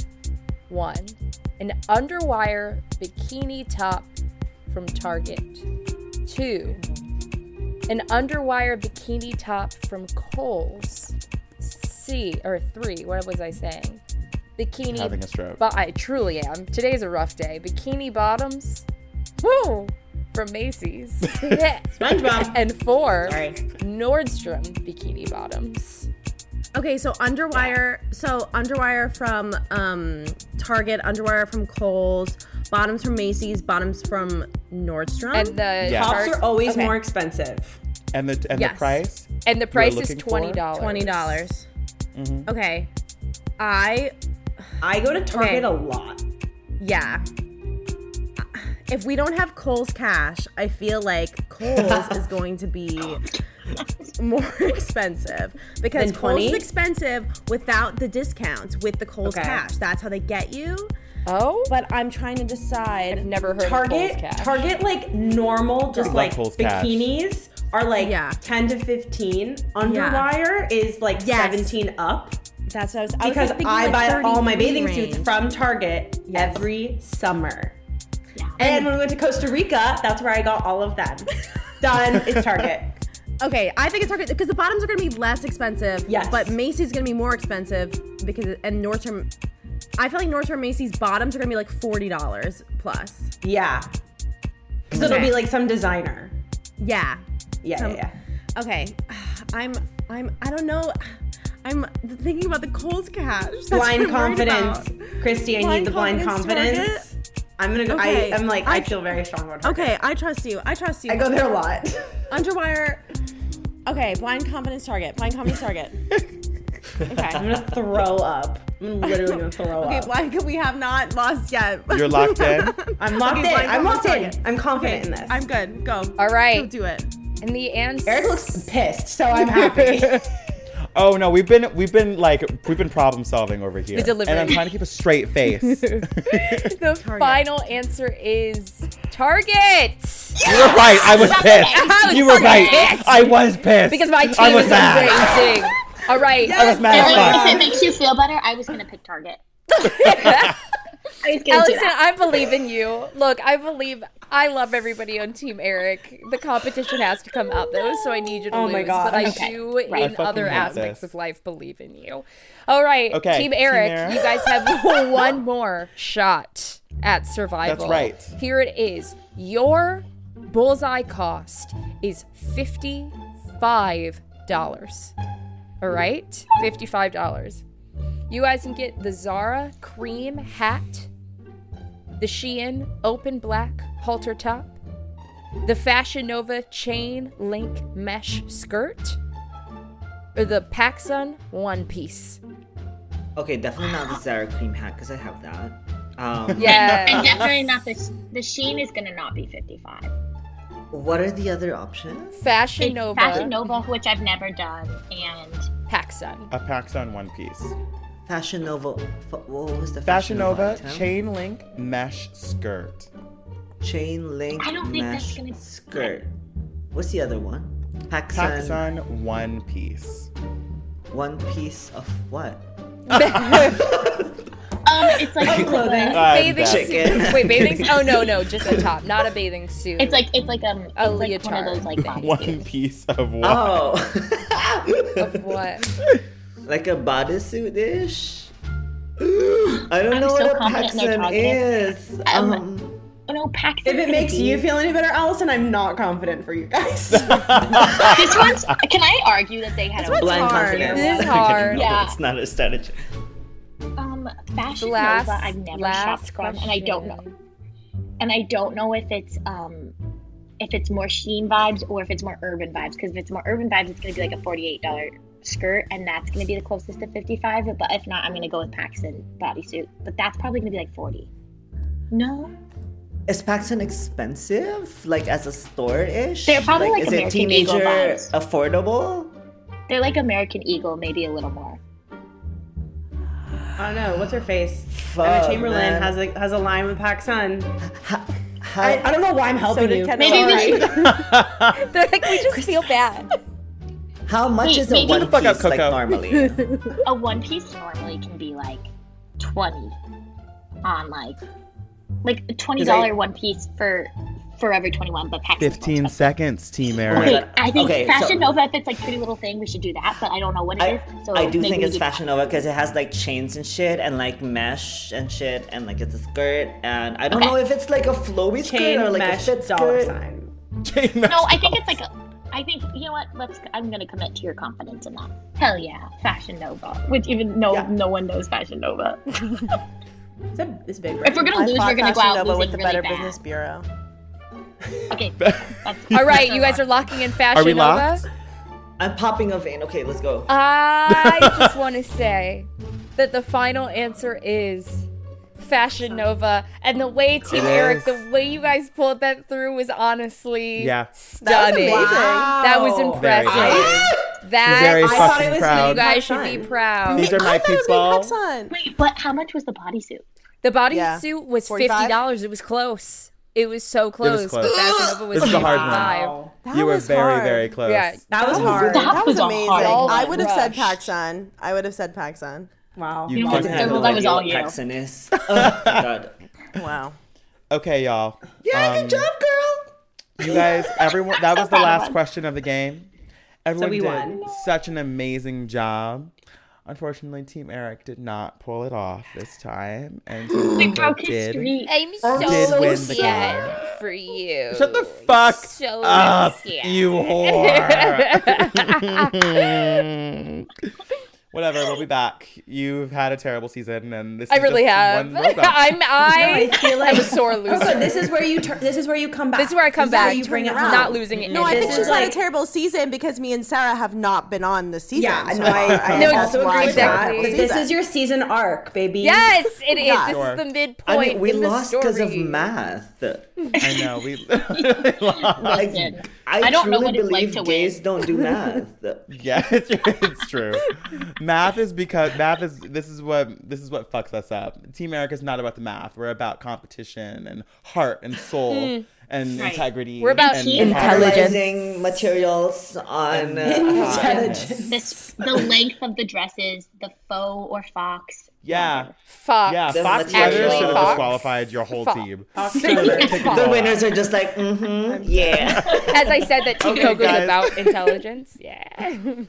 [SPEAKER 3] one, an underwire bikini top from Target. Two, an underwire bikini top from Kohl's. C, or three, what was I saying? Bikini.
[SPEAKER 6] Having a stroke.
[SPEAKER 3] But I truly am. Today's a rough day. Bikini bottoms. Woo! From Macy's. SpongeBob. And four, Nordstrom bikini bottoms.
[SPEAKER 19] Okay, so underwire, so underwire from um, Target, underwire from Kohl's, bottoms from Macy's, bottoms from Nordstrom,
[SPEAKER 3] And the
[SPEAKER 6] Yeah.
[SPEAKER 1] Tops
[SPEAKER 3] chart-
[SPEAKER 1] are always
[SPEAKER 3] okay.
[SPEAKER 1] more expensive.
[SPEAKER 6] And the and the
[SPEAKER 19] Yes.
[SPEAKER 6] price.
[SPEAKER 3] And the
[SPEAKER 6] you are
[SPEAKER 3] price is
[SPEAKER 6] looking for?
[SPEAKER 3] twenty dollars.
[SPEAKER 19] twenty dollars.
[SPEAKER 6] Mhm.
[SPEAKER 19] Okay, I
[SPEAKER 1] Mm-hmm. I go to Target
[SPEAKER 19] Okay.
[SPEAKER 1] a lot.
[SPEAKER 19] yeah. If we don't have Kohl's cash, I feel like Kohl's is going to be more expensive because
[SPEAKER 1] Than
[SPEAKER 19] Kohl's is
[SPEAKER 1] 20?
[SPEAKER 19] expensive without the discounts with the Kohl's
[SPEAKER 1] Okay.
[SPEAKER 19] cash. That's how they get you.
[SPEAKER 3] Oh,
[SPEAKER 19] but I'm trying to decide. I've
[SPEAKER 3] never heard
[SPEAKER 1] Target, Target, like normal, just
[SPEAKER 6] Love
[SPEAKER 1] like
[SPEAKER 6] Kohl's cash.
[SPEAKER 1] bikinis are like ten to fifteen. Underwire is like
[SPEAKER 19] Yes.
[SPEAKER 1] seventeen up.
[SPEAKER 19] That's what I was. I was,
[SPEAKER 1] Because
[SPEAKER 19] like, thinking,
[SPEAKER 1] I
[SPEAKER 19] like,
[SPEAKER 1] buy all my
[SPEAKER 19] 33
[SPEAKER 1] bathing
[SPEAKER 19] range.
[SPEAKER 1] suits from Target every summer. And when we went to Costa Rica, that's where I got all of them. Done. It's Target.
[SPEAKER 19] Okay, I think it's Target because the bottoms are going to be less expensive.
[SPEAKER 1] Yes.
[SPEAKER 19] But Macy's going to be more expensive because and Nordstrom. I feel like Nordstrom Macy's bottoms are going to be like forty dollars plus.
[SPEAKER 1] Yeah. Because it'll
[SPEAKER 19] Okay.
[SPEAKER 1] be like some designer.
[SPEAKER 19] Yeah.
[SPEAKER 1] Yeah,
[SPEAKER 19] Some-
[SPEAKER 1] yeah,
[SPEAKER 19] Okay, I'm I'm I don't know. I'm thinking about the Kohl's cash. That's
[SPEAKER 1] yeah.
[SPEAKER 19] what I'm
[SPEAKER 1] Blind
[SPEAKER 19] worried about.
[SPEAKER 1] confidence. Christy, I
[SPEAKER 19] Blind
[SPEAKER 1] need the blind
[SPEAKER 19] confidence,
[SPEAKER 1] confidence. I'm gonna go.
[SPEAKER 19] Okay.
[SPEAKER 1] I, I'm like, I,
[SPEAKER 19] I-
[SPEAKER 1] feel very strong about Target.
[SPEAKER 19] Okay, I trust you. I trust you.
[SPEAKER 1] I go there a lot.
[SPEAKER 19] Underwire. Okay, blind confidence target. Blind confidence target. Okay.
[SPEAKER 1] I'm gonna throw up. I'm literally gonna throw
[SPEAKER 19] Okay,
[SPEAKER 1] up.
[SPEAKER 19] blind, we have not lost yet.
[SPEAKER 6] You're locked in.
[SPEAKER 1] I'm locked
[SPEAKER 19] Okay,
[SPEAKER 1] in.
[SPEAKER 19] blind
[SPEAKER 1] I'm locked
[SPEAKER 19] confidence
[SPEAKER 1] in. I'm confident in this.
[SPEAKER 19] I'm good. Go.
[SPEAKER 3] All right.
[SPEAKER 19] Go do it.
[SPEAKER 3] And the answer.
[SPEAKER 1] Eric looks pissed, so I'm happy.
[SPEAKER 6] Oh no, we've been we've been like we've been problem solving over here.
[SPEAKER 3] We delivered.
[SPEAKER 6] And I'm trying to keep a straight face.
[SPEAKER 3] the final answer is Target.
[SPEAKER 6] You were right. I was pissed.
[SPEAKER 3] I was
[SPEAKER 6] you were
[SPEAKER 3] fucking
[SPEAKER 6] right.
[SPEAKER 3] pissed.
[SPEAKER 6] I was pissed.
[SPEAKER 3] Because my team
[SPEAKER 6] I was
[SPEAKER 3] is
[SPEAKER 6] mad.
[SPEAKER 3] amazing. All right.
[SPEAKER 6] I was mad as
[SPEAKER 15] If
[SPEAKER 6] fuck.
[SPEAKER 15] it makes you feel better, I was gonna pick Target.
[SPEAKER 3] Allison, I believe in you. Look, I believe I love everybody on Team Eric. The competition has to come out though, so I need you to
[SPEAKER 20] Oh
[SPEAKER 3] lose.
[SPEAKER 20] my God.
[SPEAKER 3] But I
[SPEAKER 20] Okay.
[SPEAKER 3] do
[SPEAKER 20] Right. I
[SPEAKER 3] in
[SPEAKER 20] fucking
[SPEAKER 3] other
[SPEAKER 20] hate
[SPEAKER 3] aspects
[SPEAKER 20] this.
[SPEAKER 3] of life believe in you. All right,
[SPEAKER 20] Okay,
[SPEAKER 3] Team
[SPEAKER 20] Team
[SPEAKER 3] Eric,
[SPEAKER 20] Eric.
[SPEAKER 3] you guys have one more shot at survival.
[SPEAKER 6] right.
[SPEAKER 3] Here it is. Your bullseye cost is fifty-five dollars. All right, fifty-five dollars. You guys can get the Zara cream hat, the Shein open black halter top, the Fashion Nova chain link mesh skirt, or the PacSun one piece.
[SPEAKER 5] Okay, definitely not the Zara cream hat because I have that. Um,
[SPEAKER 3] Yeah.
[SPEAKER 15] and definitely not the the Sheen is gonna not be fifty five.
[SPEAKER 5] What are the other options?
[SPEAKER 3] Fashion
[SPEAKER 15] It's
[SPEAKER 3] Nova.
[SPEAKER 15] Fashion Nova, which I've never done, and um,
[SPEAKER 3] PacSun.
[SPEAKER 6] A Paxton one piece.
[SPEAKER 5] Fashion Nova. fa- What was the
[SPEAKER 6] Fashion Nova
[SPEAKER 5] item?
[SPEAKER 6] chain link mesh skirt.
[SPEAKER 5] Chain link
[SPEAKER 15] I don't think that's
[SPEAKER 5] mesh
[SPEAKER 15] gonna.
[SPEAKER 5] skirt. What's the other one? Paxson.
[SPEAKER 6] Paxson one piece.
[SPEAKER 5] One piece of what?
[SPEAKER 15] Um, it's like
[SPEAKER 5] I'm
[SPEAKER 3] bathing
[SPEAKER 5] back.
[SPEAKER 3] suit. Wait, bathing suit? Oh no, no, just a top, not a bathing suit.
[SPEAKER 15] It's like it's like um
[SPEAKER 3] a
[SPEAKER 15] it's like one
[SPEAKER 3] leotard.
[SPEAKER 15] of those like body-
[SPEAKER 6] One piece of what?
[SPEAKER 5] Oh,
[SPEAKER 3] of what?
[SPEAKER 5] like a bodysuit ish? I don't
[SPEAKER 15] I'm
[SPEAKER 5] know
[SPEAKER 15] so
[SPEAKER 5] what a
[SPEAKER 15] confident in their
[SPEAKER 5] Paxson
[SPEAKER 15] targets.
[SPEAKER 5] is.
[SPEAKER 15] Um,
[SPEAKER 1] no,
[SPEAKER 15] pack
[SPEAKER 1] If it
[SPEAKER 15] it
[SPEAKER 1] makes
[SPEAKER 15] in.
[SPEAKER 1] you feel any better, Allison, I'm not confident for you guys.
[SPEAKER 15] this one's. Can I argue that they had a
[SPEAKER 5] Blind confidence. Okay, no,
[SPEAKER 15] Yeah.
[SPEAKER 5] It's not a strategy.
[SPEAKER 15] Um, Fashion
[SPEAKER 3] Last-
[SPEAKER 15] Nova, I've never
[SPEAKER 3] last
[SPEAKER 15] shopped from, and I don't know. And I don't know if it's um, if it's more Sheen vibes or if it's more urban vibes. Because if it's more urban vibes, it's gonna be like a forty-eight dollar skirt, and that's gonna be the closest to fifty-five. But if not, I'm gonna go with Paxson bodysuit. But that's probably gonna be like forty. No.
[SPEAKER 5] Is Paxton expensive? Like as a store ish?
[SPEAKER 15] They're probably like
[SPEAKER 5] is it
[SPEAKER 15] American
[SPEAKER 5] teenager
[SPEAKER 15] Eagle vibes.
[SPEAKER 5] affordable?
[SPEAKER 15] They're like American Eagle, maybe a little more.
[SPEAKER 1] I don't know. What's her face?
[SPEAKER 5] Fuck,
[SPEAKER 1] Emma Chamberlain
[SPEAKER 5] man.
[SPEAKER 1] has a has a line with Pac Sun. I, I don't know why I'm helping
[SPEAKER 5] did
[SPEAKER 1] you.
[SPEAKER 5] Kendall. Maybe we
[SPEAKER 1] Sorry.
[SPEAKER 3] They're like, we just feel bad.
[SPEAKER 5] How much
[SPEAKER 15] Wait,
[SPEAKER 5] is
[SPEAKER 15] maybe-
[SPEAKER 5] a one
[SPEAKER 15] Shut the fuck up,
[SPEAKER 5] piece like
[SPEAKER 6] Coco.
[SPEAKER 5] normally?
[SPEAKER 15] a one piece normally can be like 20 on like like 20
[SPEAKER 6] Cause I-
[SPEAKER 15] dollar one piece for forever 21 but pack
[SPEAKER 6] Fifteen seconds, Team
[SPEAKER 5] Oh my
[SPEAKER 6] Eric.
[SPEAKER 5] God.
[SPEAKER 15] I think
[SPEAKER 5] Okay, so-
[SPEAKER 15] Fashion Nova, if it's like Pretty Little Thing, we should do that, but I don't know what it is. So
[SPEAKER 5] I do
[SPEAKER 15] maybe
[SPEAKER 5] think
[SPEAKER 15] we
[SPEAKER 5] it's
[SPEAKER 15] do-
[SPEAKER 5] Fashion Nova because it has like chains and shit and like mesh and shit and like it's a skirt and I don't
[SPEAKER 15] Okay.
[SPEAKER 5] know if it's like a flowy
[SPEAKER 1] Chain,
[SPEAKER 5] skirt or like
[SPEAKER 1] mesh,
[SPEAKER 5] a fit
[SPEAKER 1] dollar
[SPEAKER 5] skirt.
[SPEAKER 1] sign.
[SPEAKER 15] No, I think it's like a. I think you know what? Let's. I'm gonna commit to your confidence in that. Hell yeah, Fashion Nova. Which even no, no one knows Fashion Nova.
[SPEAKER 1] It's, a, it's a big.
[SPEAKER 15] If we're gonna
[SPEAKER 19] I
[SPEAKER 15] lose,
[SPEAKER 19] fought
[SPEAKER 15] we're gonna go
[SPEAKER 19] Fashion
[SPEAKER 15] out
[SPEAKER 19] Nova with
[SPEAKER 15] losing
[SPEAKER 19] the
[SPEAKER 15] really
[SPEAKER 19] Better
[SPEAKER 15] bad.
[SPEAKER 19] Business Bureau.
[SPEAKER 15] Okay.
[SPEAKER 3] All right, you guys are locking in Fashion
[SPEAKER 6] Are we
[SPEAKER 3] Nova.
[SPEAKER 6] locked?
[SPEAKER 5] I'm popping a vein. Okay, let's
[SPEAKER 15] Uh,
[SPEAKER 5] go.
[SPEAKER 3] I just want to say that the final answer is Fashion Nova. And the way Team
[SPEAKER 6] Yes.
[SPEAKER 3] Eric, the way you guys pulled that through was honestly
[SPEAKER 6] Yeah.
[SPEAKER 19] That was
[SPEAKER 3] stunning.
[SPEAKER 19] amazing.
[SPEAKER 3] That was
[SPEAKER 19] Wow.
[SPEAKER 3] impressive.
[SPEAKER 6] Very
[SPEAKER 3] that
[SPEAKER 6] Very
[SPEAKER 3] I thought
[SPEAKER 6] fucking
[SPEAKER 3] it was
[SPEAKER 6] proud.
[SPEAKER 3] You guys should be proud.
[SPEAKER 6] These are my people.
[SPEAKER 15] Wait, but how much was the bodysuit?
[SPEAKER 3] The bodysuit
[SPEAKER 19] Yeah.
[SPEAKER 3] was
[SPEAKER 19] 45?
[SPEAKER 3] fifty dollars. It was close. It was so close.
[SPEAKER 6] close.
[SPEAKER 3] But Fashion Nova was
[SPEAKER 6] This is a hard one.
[SPEAKER 3] 55.
[SPEAKER 6] you were
[SPEAKER 19] was
[SPEAKER 6] very,
[SPEAKER 19] hard.
[SPEAKER 6] very close.
[SPEAKER 3] Yeah.
[SPEAKER 1] That was hard.
[SPEAKER 19] That,
[SPEAKER 15] That
[SPEAKER 19] was,
[SPEAKER 15] was a
[SPEAKER 19] amazing.
[SPEAKER 15] hard one.
[SPEAKER 19] I would have said
[SPEAKER 3] Rush.
[SPEAKER 19] Paxson. I would have said Paxson.
[SPEAKER 1] Wow.
[SPEAKER 6] You
[SPEAKER 5] I
[SPEAKER 6] fucking
[SPEAKER 5] have
[SPEAKER 15] well,
[SPEAKER 5] no
[SPEAKER 15] that was
[SPEAKER 5] idea
[SPEAKER 15] all
[SPEAKER 5] what
[SPEAKER 15] you.
[SPEAKER 5] Paxton is. Oh, God.
[SPEAKER 19] Wow.
[SPEAKER 6] Okay, y'all.
[SPEAKER 5] Yeah,
[SPEAKER 6] Um,
[SPEAKER 5] good job, girl.
[SPEAKER 6] You guys, everyone, that was the
[SPEAKER 15] Proud of
[SPEAKER 6] last
[SPEAKER 15] us.
[SPEAKER 6] question of the game. Everyone
[SPEAKER 1] we
[SPEAKER 6] did
[SPEAKER 1] won.
[SPEAKER 6] such an amazing job. Unfortunately, Team Eric did not pull it off this time, and Team
[SPEAKER 15] We
[SPEAKER 6] Erica
[SPEAKER 15] broke his
[SPEAKER 6] did.
[SPEAKER 15] streak.
[SPEAKER 3] I'm
[SPEAKER 6] did
[SPEAKER 3] so
[SPEAKER 6] win the
[SPEAKER 3] sad for you.
[SPEAKER 6] Shut the Ah. fuck
[SPEAKER 3] so
[SPEAKER 6] up,
[SPEAKER 3] sad.
[SPEAKER 6] you whore. Whatever, we'll be back. You've had a terrible season, and this
[SPEAKER 3] I
[SPEAKER 6] is
[SPEAKER 3] really
[SPEAKER 6] just
[SPEAKER 3] have.
[SPEAKER 6] One roadblock.
[SPEAKER 3] I'm I,
[SPEAKER 1] I feel like
[SPEAKER 3] am a sore
[SPEAKER 1] Oh,
[SPEAKER 3] loser.
[SPEAKER 1] this is where you turn. This is where you come back.
[SPEAKER 3] This is where I come back.
[SPEAKER 1] how you bring it
[SPEAKER 3] I'm
[SPEAKER 1] around.
[SPEAKER 3] not losing it.
[SPEAKER 19] No, I think
[SPEAKER 1] This
[SPEAKER 19] she's
[SPEAKER 1] is
[SPEAKER 19] had
[SPEAKER 1] like-
[SPEAKER 19] a terrible season because me and Sarah have not been on this season.
[SPEAKER 1] Yeah,
[SPEAKER 19] so
[SPEAKER 1] no, I, I
[SPEAKER 3] No,
[SPEAKER 1] also
[SPEAKER 19] that's why I
[SPEAKER 1] agree with that.
[SPEAKER 3] exactly.
[SPEAKER 1] But This is your season arc, baby.
[SPEAKER 3] Yes, it is.
[SPEAKER 19] Yeah.
[SPEAKER 3] This is the
[SPEAKER 5] I
[SPEAKER 3] midpoint.
[SPEAKER 5] mean, we
[SPEAKER 3] in the
[SPEAKER 5] lost because of
[SPEAKER 3] story.
[SPEAKER 5] math.
[SPEAKER 6] I know we we lost.
[SPEAKER 15] Listen,
[SPEAKER 5] I,
[SPEAKER 15] I don't know
[SPEAKER 5] truly
[SPEAKER 15] what it's like
[SPEAKER 5] believe
[SPEAKER 15] to
[SPEAKER 5] gays
[SPEAKER 15] win.
[SPEAKER 5] don't do math.
[SPEAKER 6] Yeah, it's, it's true. math is because math is this is what this is what fucks us up. Team Eric is not about the math. We're about competition and heart and soul and
[SPEAKER 15] Right.
[SPEAKER 6] integrity.
[SPEAKER 3] Hmm. We're about
[SPEAKER 6] and
[SPEAKER 3] team
[SPEAKER 6] intelligence.
[SPEAKER 5] Analyzing materials on. uh,
[SPEAKER 1] Intelligence.
[SPEAKER 15] This the length of the dresses, the faux or fox,
[SPEAKER 6] Yeah.
[SPEAKER 3] Fox.
[SPEAKER 6] Yeah,
[SPEAKER 3] Doesn't
[SPEAKER 6] Fox
[SPEAKER 3] let you
[SPEAKER 6] Brothers
[SPEAKER 3] actually
[SPEAKER 6] should have
[SPEAKER 3] Fox.
[SPEAKER 6] disqualified your whole
[SPEAKER 3] Fox.
[SPEAKER 6] team.
[SPEAKER 3] Fox.
[SPEAKER 6] Take it all
[SPEAKER 5] The
[SPEAKER 6] out.
[SPEAKER 5] winners are just like, mm-hmm, yeah.
[SPEAKER 3] As I said, that Team
[SPEAKER 6] Okay,
[SPEAKER 3] Coco is
[SPEAKER 6] guys.
[SPEAKER 3] about intelligence. Yeah.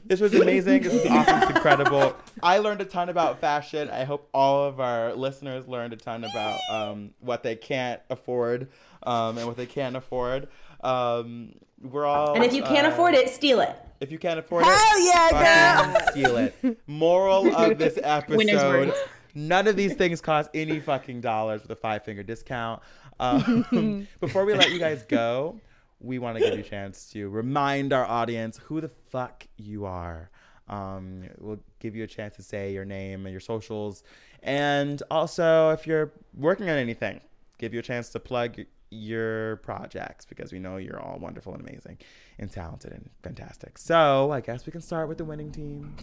[SPEAKER 6] This was amazing. This was awesome. It's incredible. I learned a ton about fashion. I hope all of our listeners learned a ton about um, what they can't afford um, and what they can afford. Um, we're all.
[SPEAKER 1] And if you can't
[SPEAKER 6] uh,
[SPEAKER 1] afford it, steal it.
[SPEAKER 6] If you can't afford it, hell yeah, girl! Steal it. Moral of this
[SPEAKER 1] Winner's
[SPEAKER 6] episode:
[SPEAKER 1] word.
[SPEAKER 6] None of these things cost any fucking dollars with a five finger discount. Um, before we let you guys go, we want to give you a chance to remind our audience who the fuck you are. Um, we'll give you a chance to say your name and your socials, and also if you're working on anything, give you a chance to plug your projects because we know you're all wonderful and amazing and talented and fantastic. So I guess we can start with the winning team.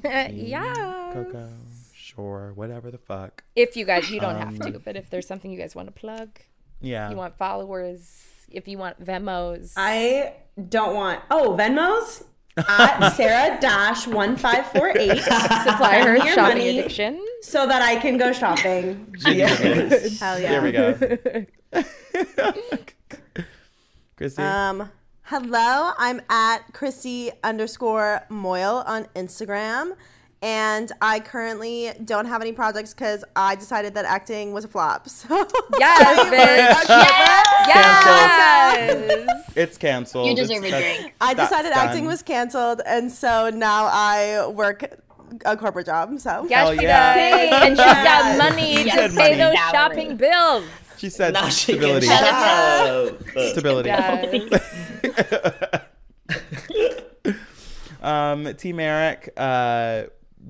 [SPEAKER 3] Yes.
[SPEAKER 6] Coco, sure, whatever the fuck.
[SPEAKER 3] If you guys, you don't have
[SPEAKER 6] Um,
[SPEAKER 3] to, but if there's something you guys want to plug,
[SPEAKER 6] Yeah.
[SPEAKER 3] you want followers, if you want Vemos,
[SPEAKER 1] I don't want. Oh, Venmos at Sarah Dash one five four eight.
[SPEAKER 3] Supply her shopping
[SPEAKER 1] addiction so that I can go shopping.
[SPEAKER 6] Jesus.
[SPEAKER 1] Hell yeah.
[SPEAKER 6] There we go. Chrissy.
[SPEAKER 19] Um, hello, I'm at Christy underscore Moyle on Instagram, and I currently don't have any projects because I decided that acting was a flop. So
[SPEAKER 3] Yes, bitch.
[SPEAKER 6] Yes. it's canceled.
[SPEAKER 19] You deserve a
[SPEAKER 6] It's- that's-
[SPEAKER 19] I
[SPEAKER 6] that's
[SPEAKER 19] decided acting
[SPEAKER 6] done.
[SPEAKER 19] was canceled, and so now I work a corporate job. So
[SPEAKER 6] Yes, Hell she yeah. does.
[SPEAKER 3] and she's got money
[SPEAKER 19] She
[SPEAKER 3] to
[SPEAKER 19] said
[SPEAKER 3] pay
[SPEAKER 19] money.
[SPEAKER 3] those
[SPEAKER 19] Salary.
[SPEAKER 3] shopping bills.
[SPEAKER 6] She said
[SPEAKER 5] Now she can
[SPEAKER 6] stability.
[SPEAKER 5] shut up.
[SPEAKER 6] stability.
[SPEAKER 3] Yes.
[SPEAKER 6] um, Team Eric, uh,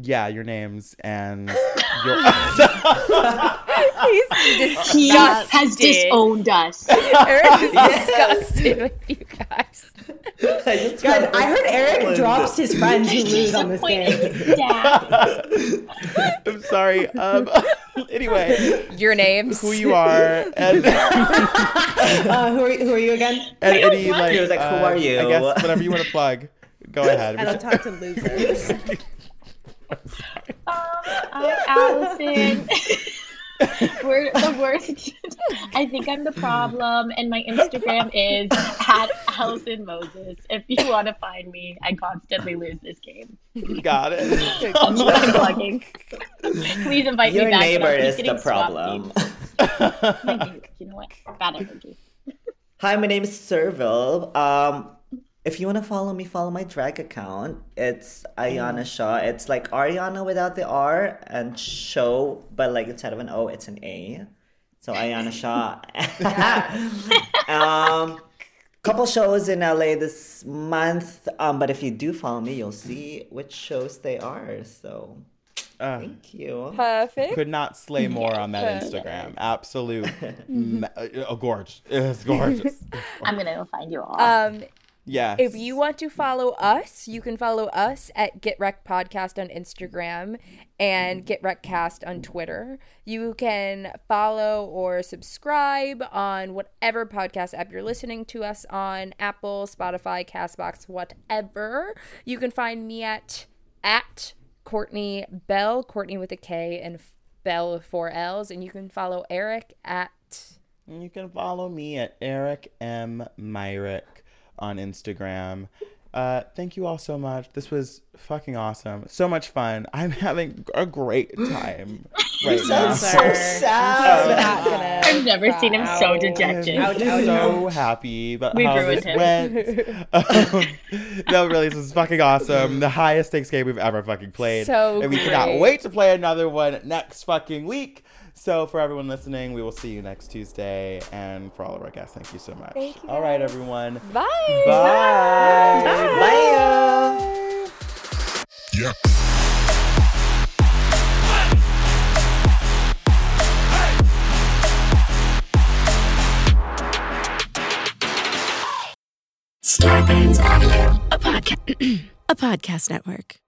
[SPEAKER 6] yeah, your names and your.
[SPEAKER 15] He has disowned us.
[SPEAKER 3] Eric is disgusted with you guys.
[SPEAKER 1] Guys, I heard Eric drops his friends who lose on this game.
[SPEAKER 6] I'm sorry. Um, anyway,
[SPEAKER 3] Your names,
[SPEAKER 6] who you are, and,
[SPEAKER 1] Uh, who, are, who are you again?
[SPEAKER 6] and any like,
[SPEAKER 5] He was like, who
[SPEAKER 6] uh,
[SPEAKER 5] are you?
[SPEAKER 6] I guess whatever you want to plug, go ahead.
[SPEAKER 19] I don't talk to losers.
[SPEAKER 15] Um, I'm Allison. uh, We're the worst. I think I'm the problem, and my Instagram is at Allison Moses. If you want to find me, I constantly lose this game.
[SPEAKER 6] Got it.
[SPEAKER 15] That's what I'm plugging. Please invite
[SPEAKER 5] Your
[SPEAKER 15] me back. and I'll
[SPEAKER 5] neighbor
[SPEAKER 15] keep
[SPEAKER 5] is
[SPEAKER 15] getting
[SPEAKER 5] the
[SPEAKER 15] swapped
[SPEAKER 5] problem.
[SPEAKER 15] names. My neighbor, you know what? Bad energy.
[SPEAKER 5] Hi, my name is Serval. Um, if you want to follow me, follow my drag account. It's Ayana Shaw. It's like Ariana without the R and show, but like instead of an O, it's an A. So Ayana Shaw. um, couple shows in LA this month. Um, but if you do follow me, you'll see which shows they are. So
[SPEAKER 6] Uh,
[SPEAKER 5] thank you.
[SPEAKER 3] Perfect.
[SPEAKER 6] Could not slay more on that
[SPEAKER 3] Yeah.
[SPEAKER 6] Instagram. Absolute, ma- oh, gorge. It's gorgeous.
[SPEAKER 15] I'm gonna go find you all.
[SPEAKER 3] Um,
[SPEAKER 6] Yeah.
[SPEAKER 3] If you want to follow us, you can follow us at Get Rec Podcast on Instagram and Get Rec Cast on Twitter. You can follow or subscribe on whatever podcast app you're listening to us on Apple, Spotify, Castbox, whatever. You can find me at at Courtney Bell, Courtney with a K and Bell with four L's, and you can follow Eric at
[SPEAKER 6] And You can follow me at Eric M. Myrick on Instagram. Uh, thank you all so much. This was fucking awesome. So much fun. I'm having a great time right now.
[SPEAKER 5] sound so sad.
[SPEAKER 15] I've never seen him so
[SPEAKER 6] I'm
[SPEAKER 15] dejected.
[SPEAKER 6] so happy about
[SPEAKER 15] We
[SPEAKER 6] how
[SPEAKER 15] ruined
[SPEAKER 6] this
[SPEAKER 15] him.
[SPEAKER 6] went. um, no, really, this is fucking awesome. The highest stakes game we've ever fucking played.
[SPEAKER 3] So
[SPEAKER 6] and we cannot
[SPEAKER 3] great.
[SPEAKER 6] wait to play another one next fucking week. So for everyone listening, we will see you next Tuesday. And for all of our guests, thank you so much.
[SPEAKER 3] Thank you
[SPEAKER 6] all right, everyone.
[SPEAKER 3] Bye.
[SPEAKER 6] Bye.
[SPEAKER 2] Yep.
[SPEAKER 22] Star Audio, a podcast, a podcast network.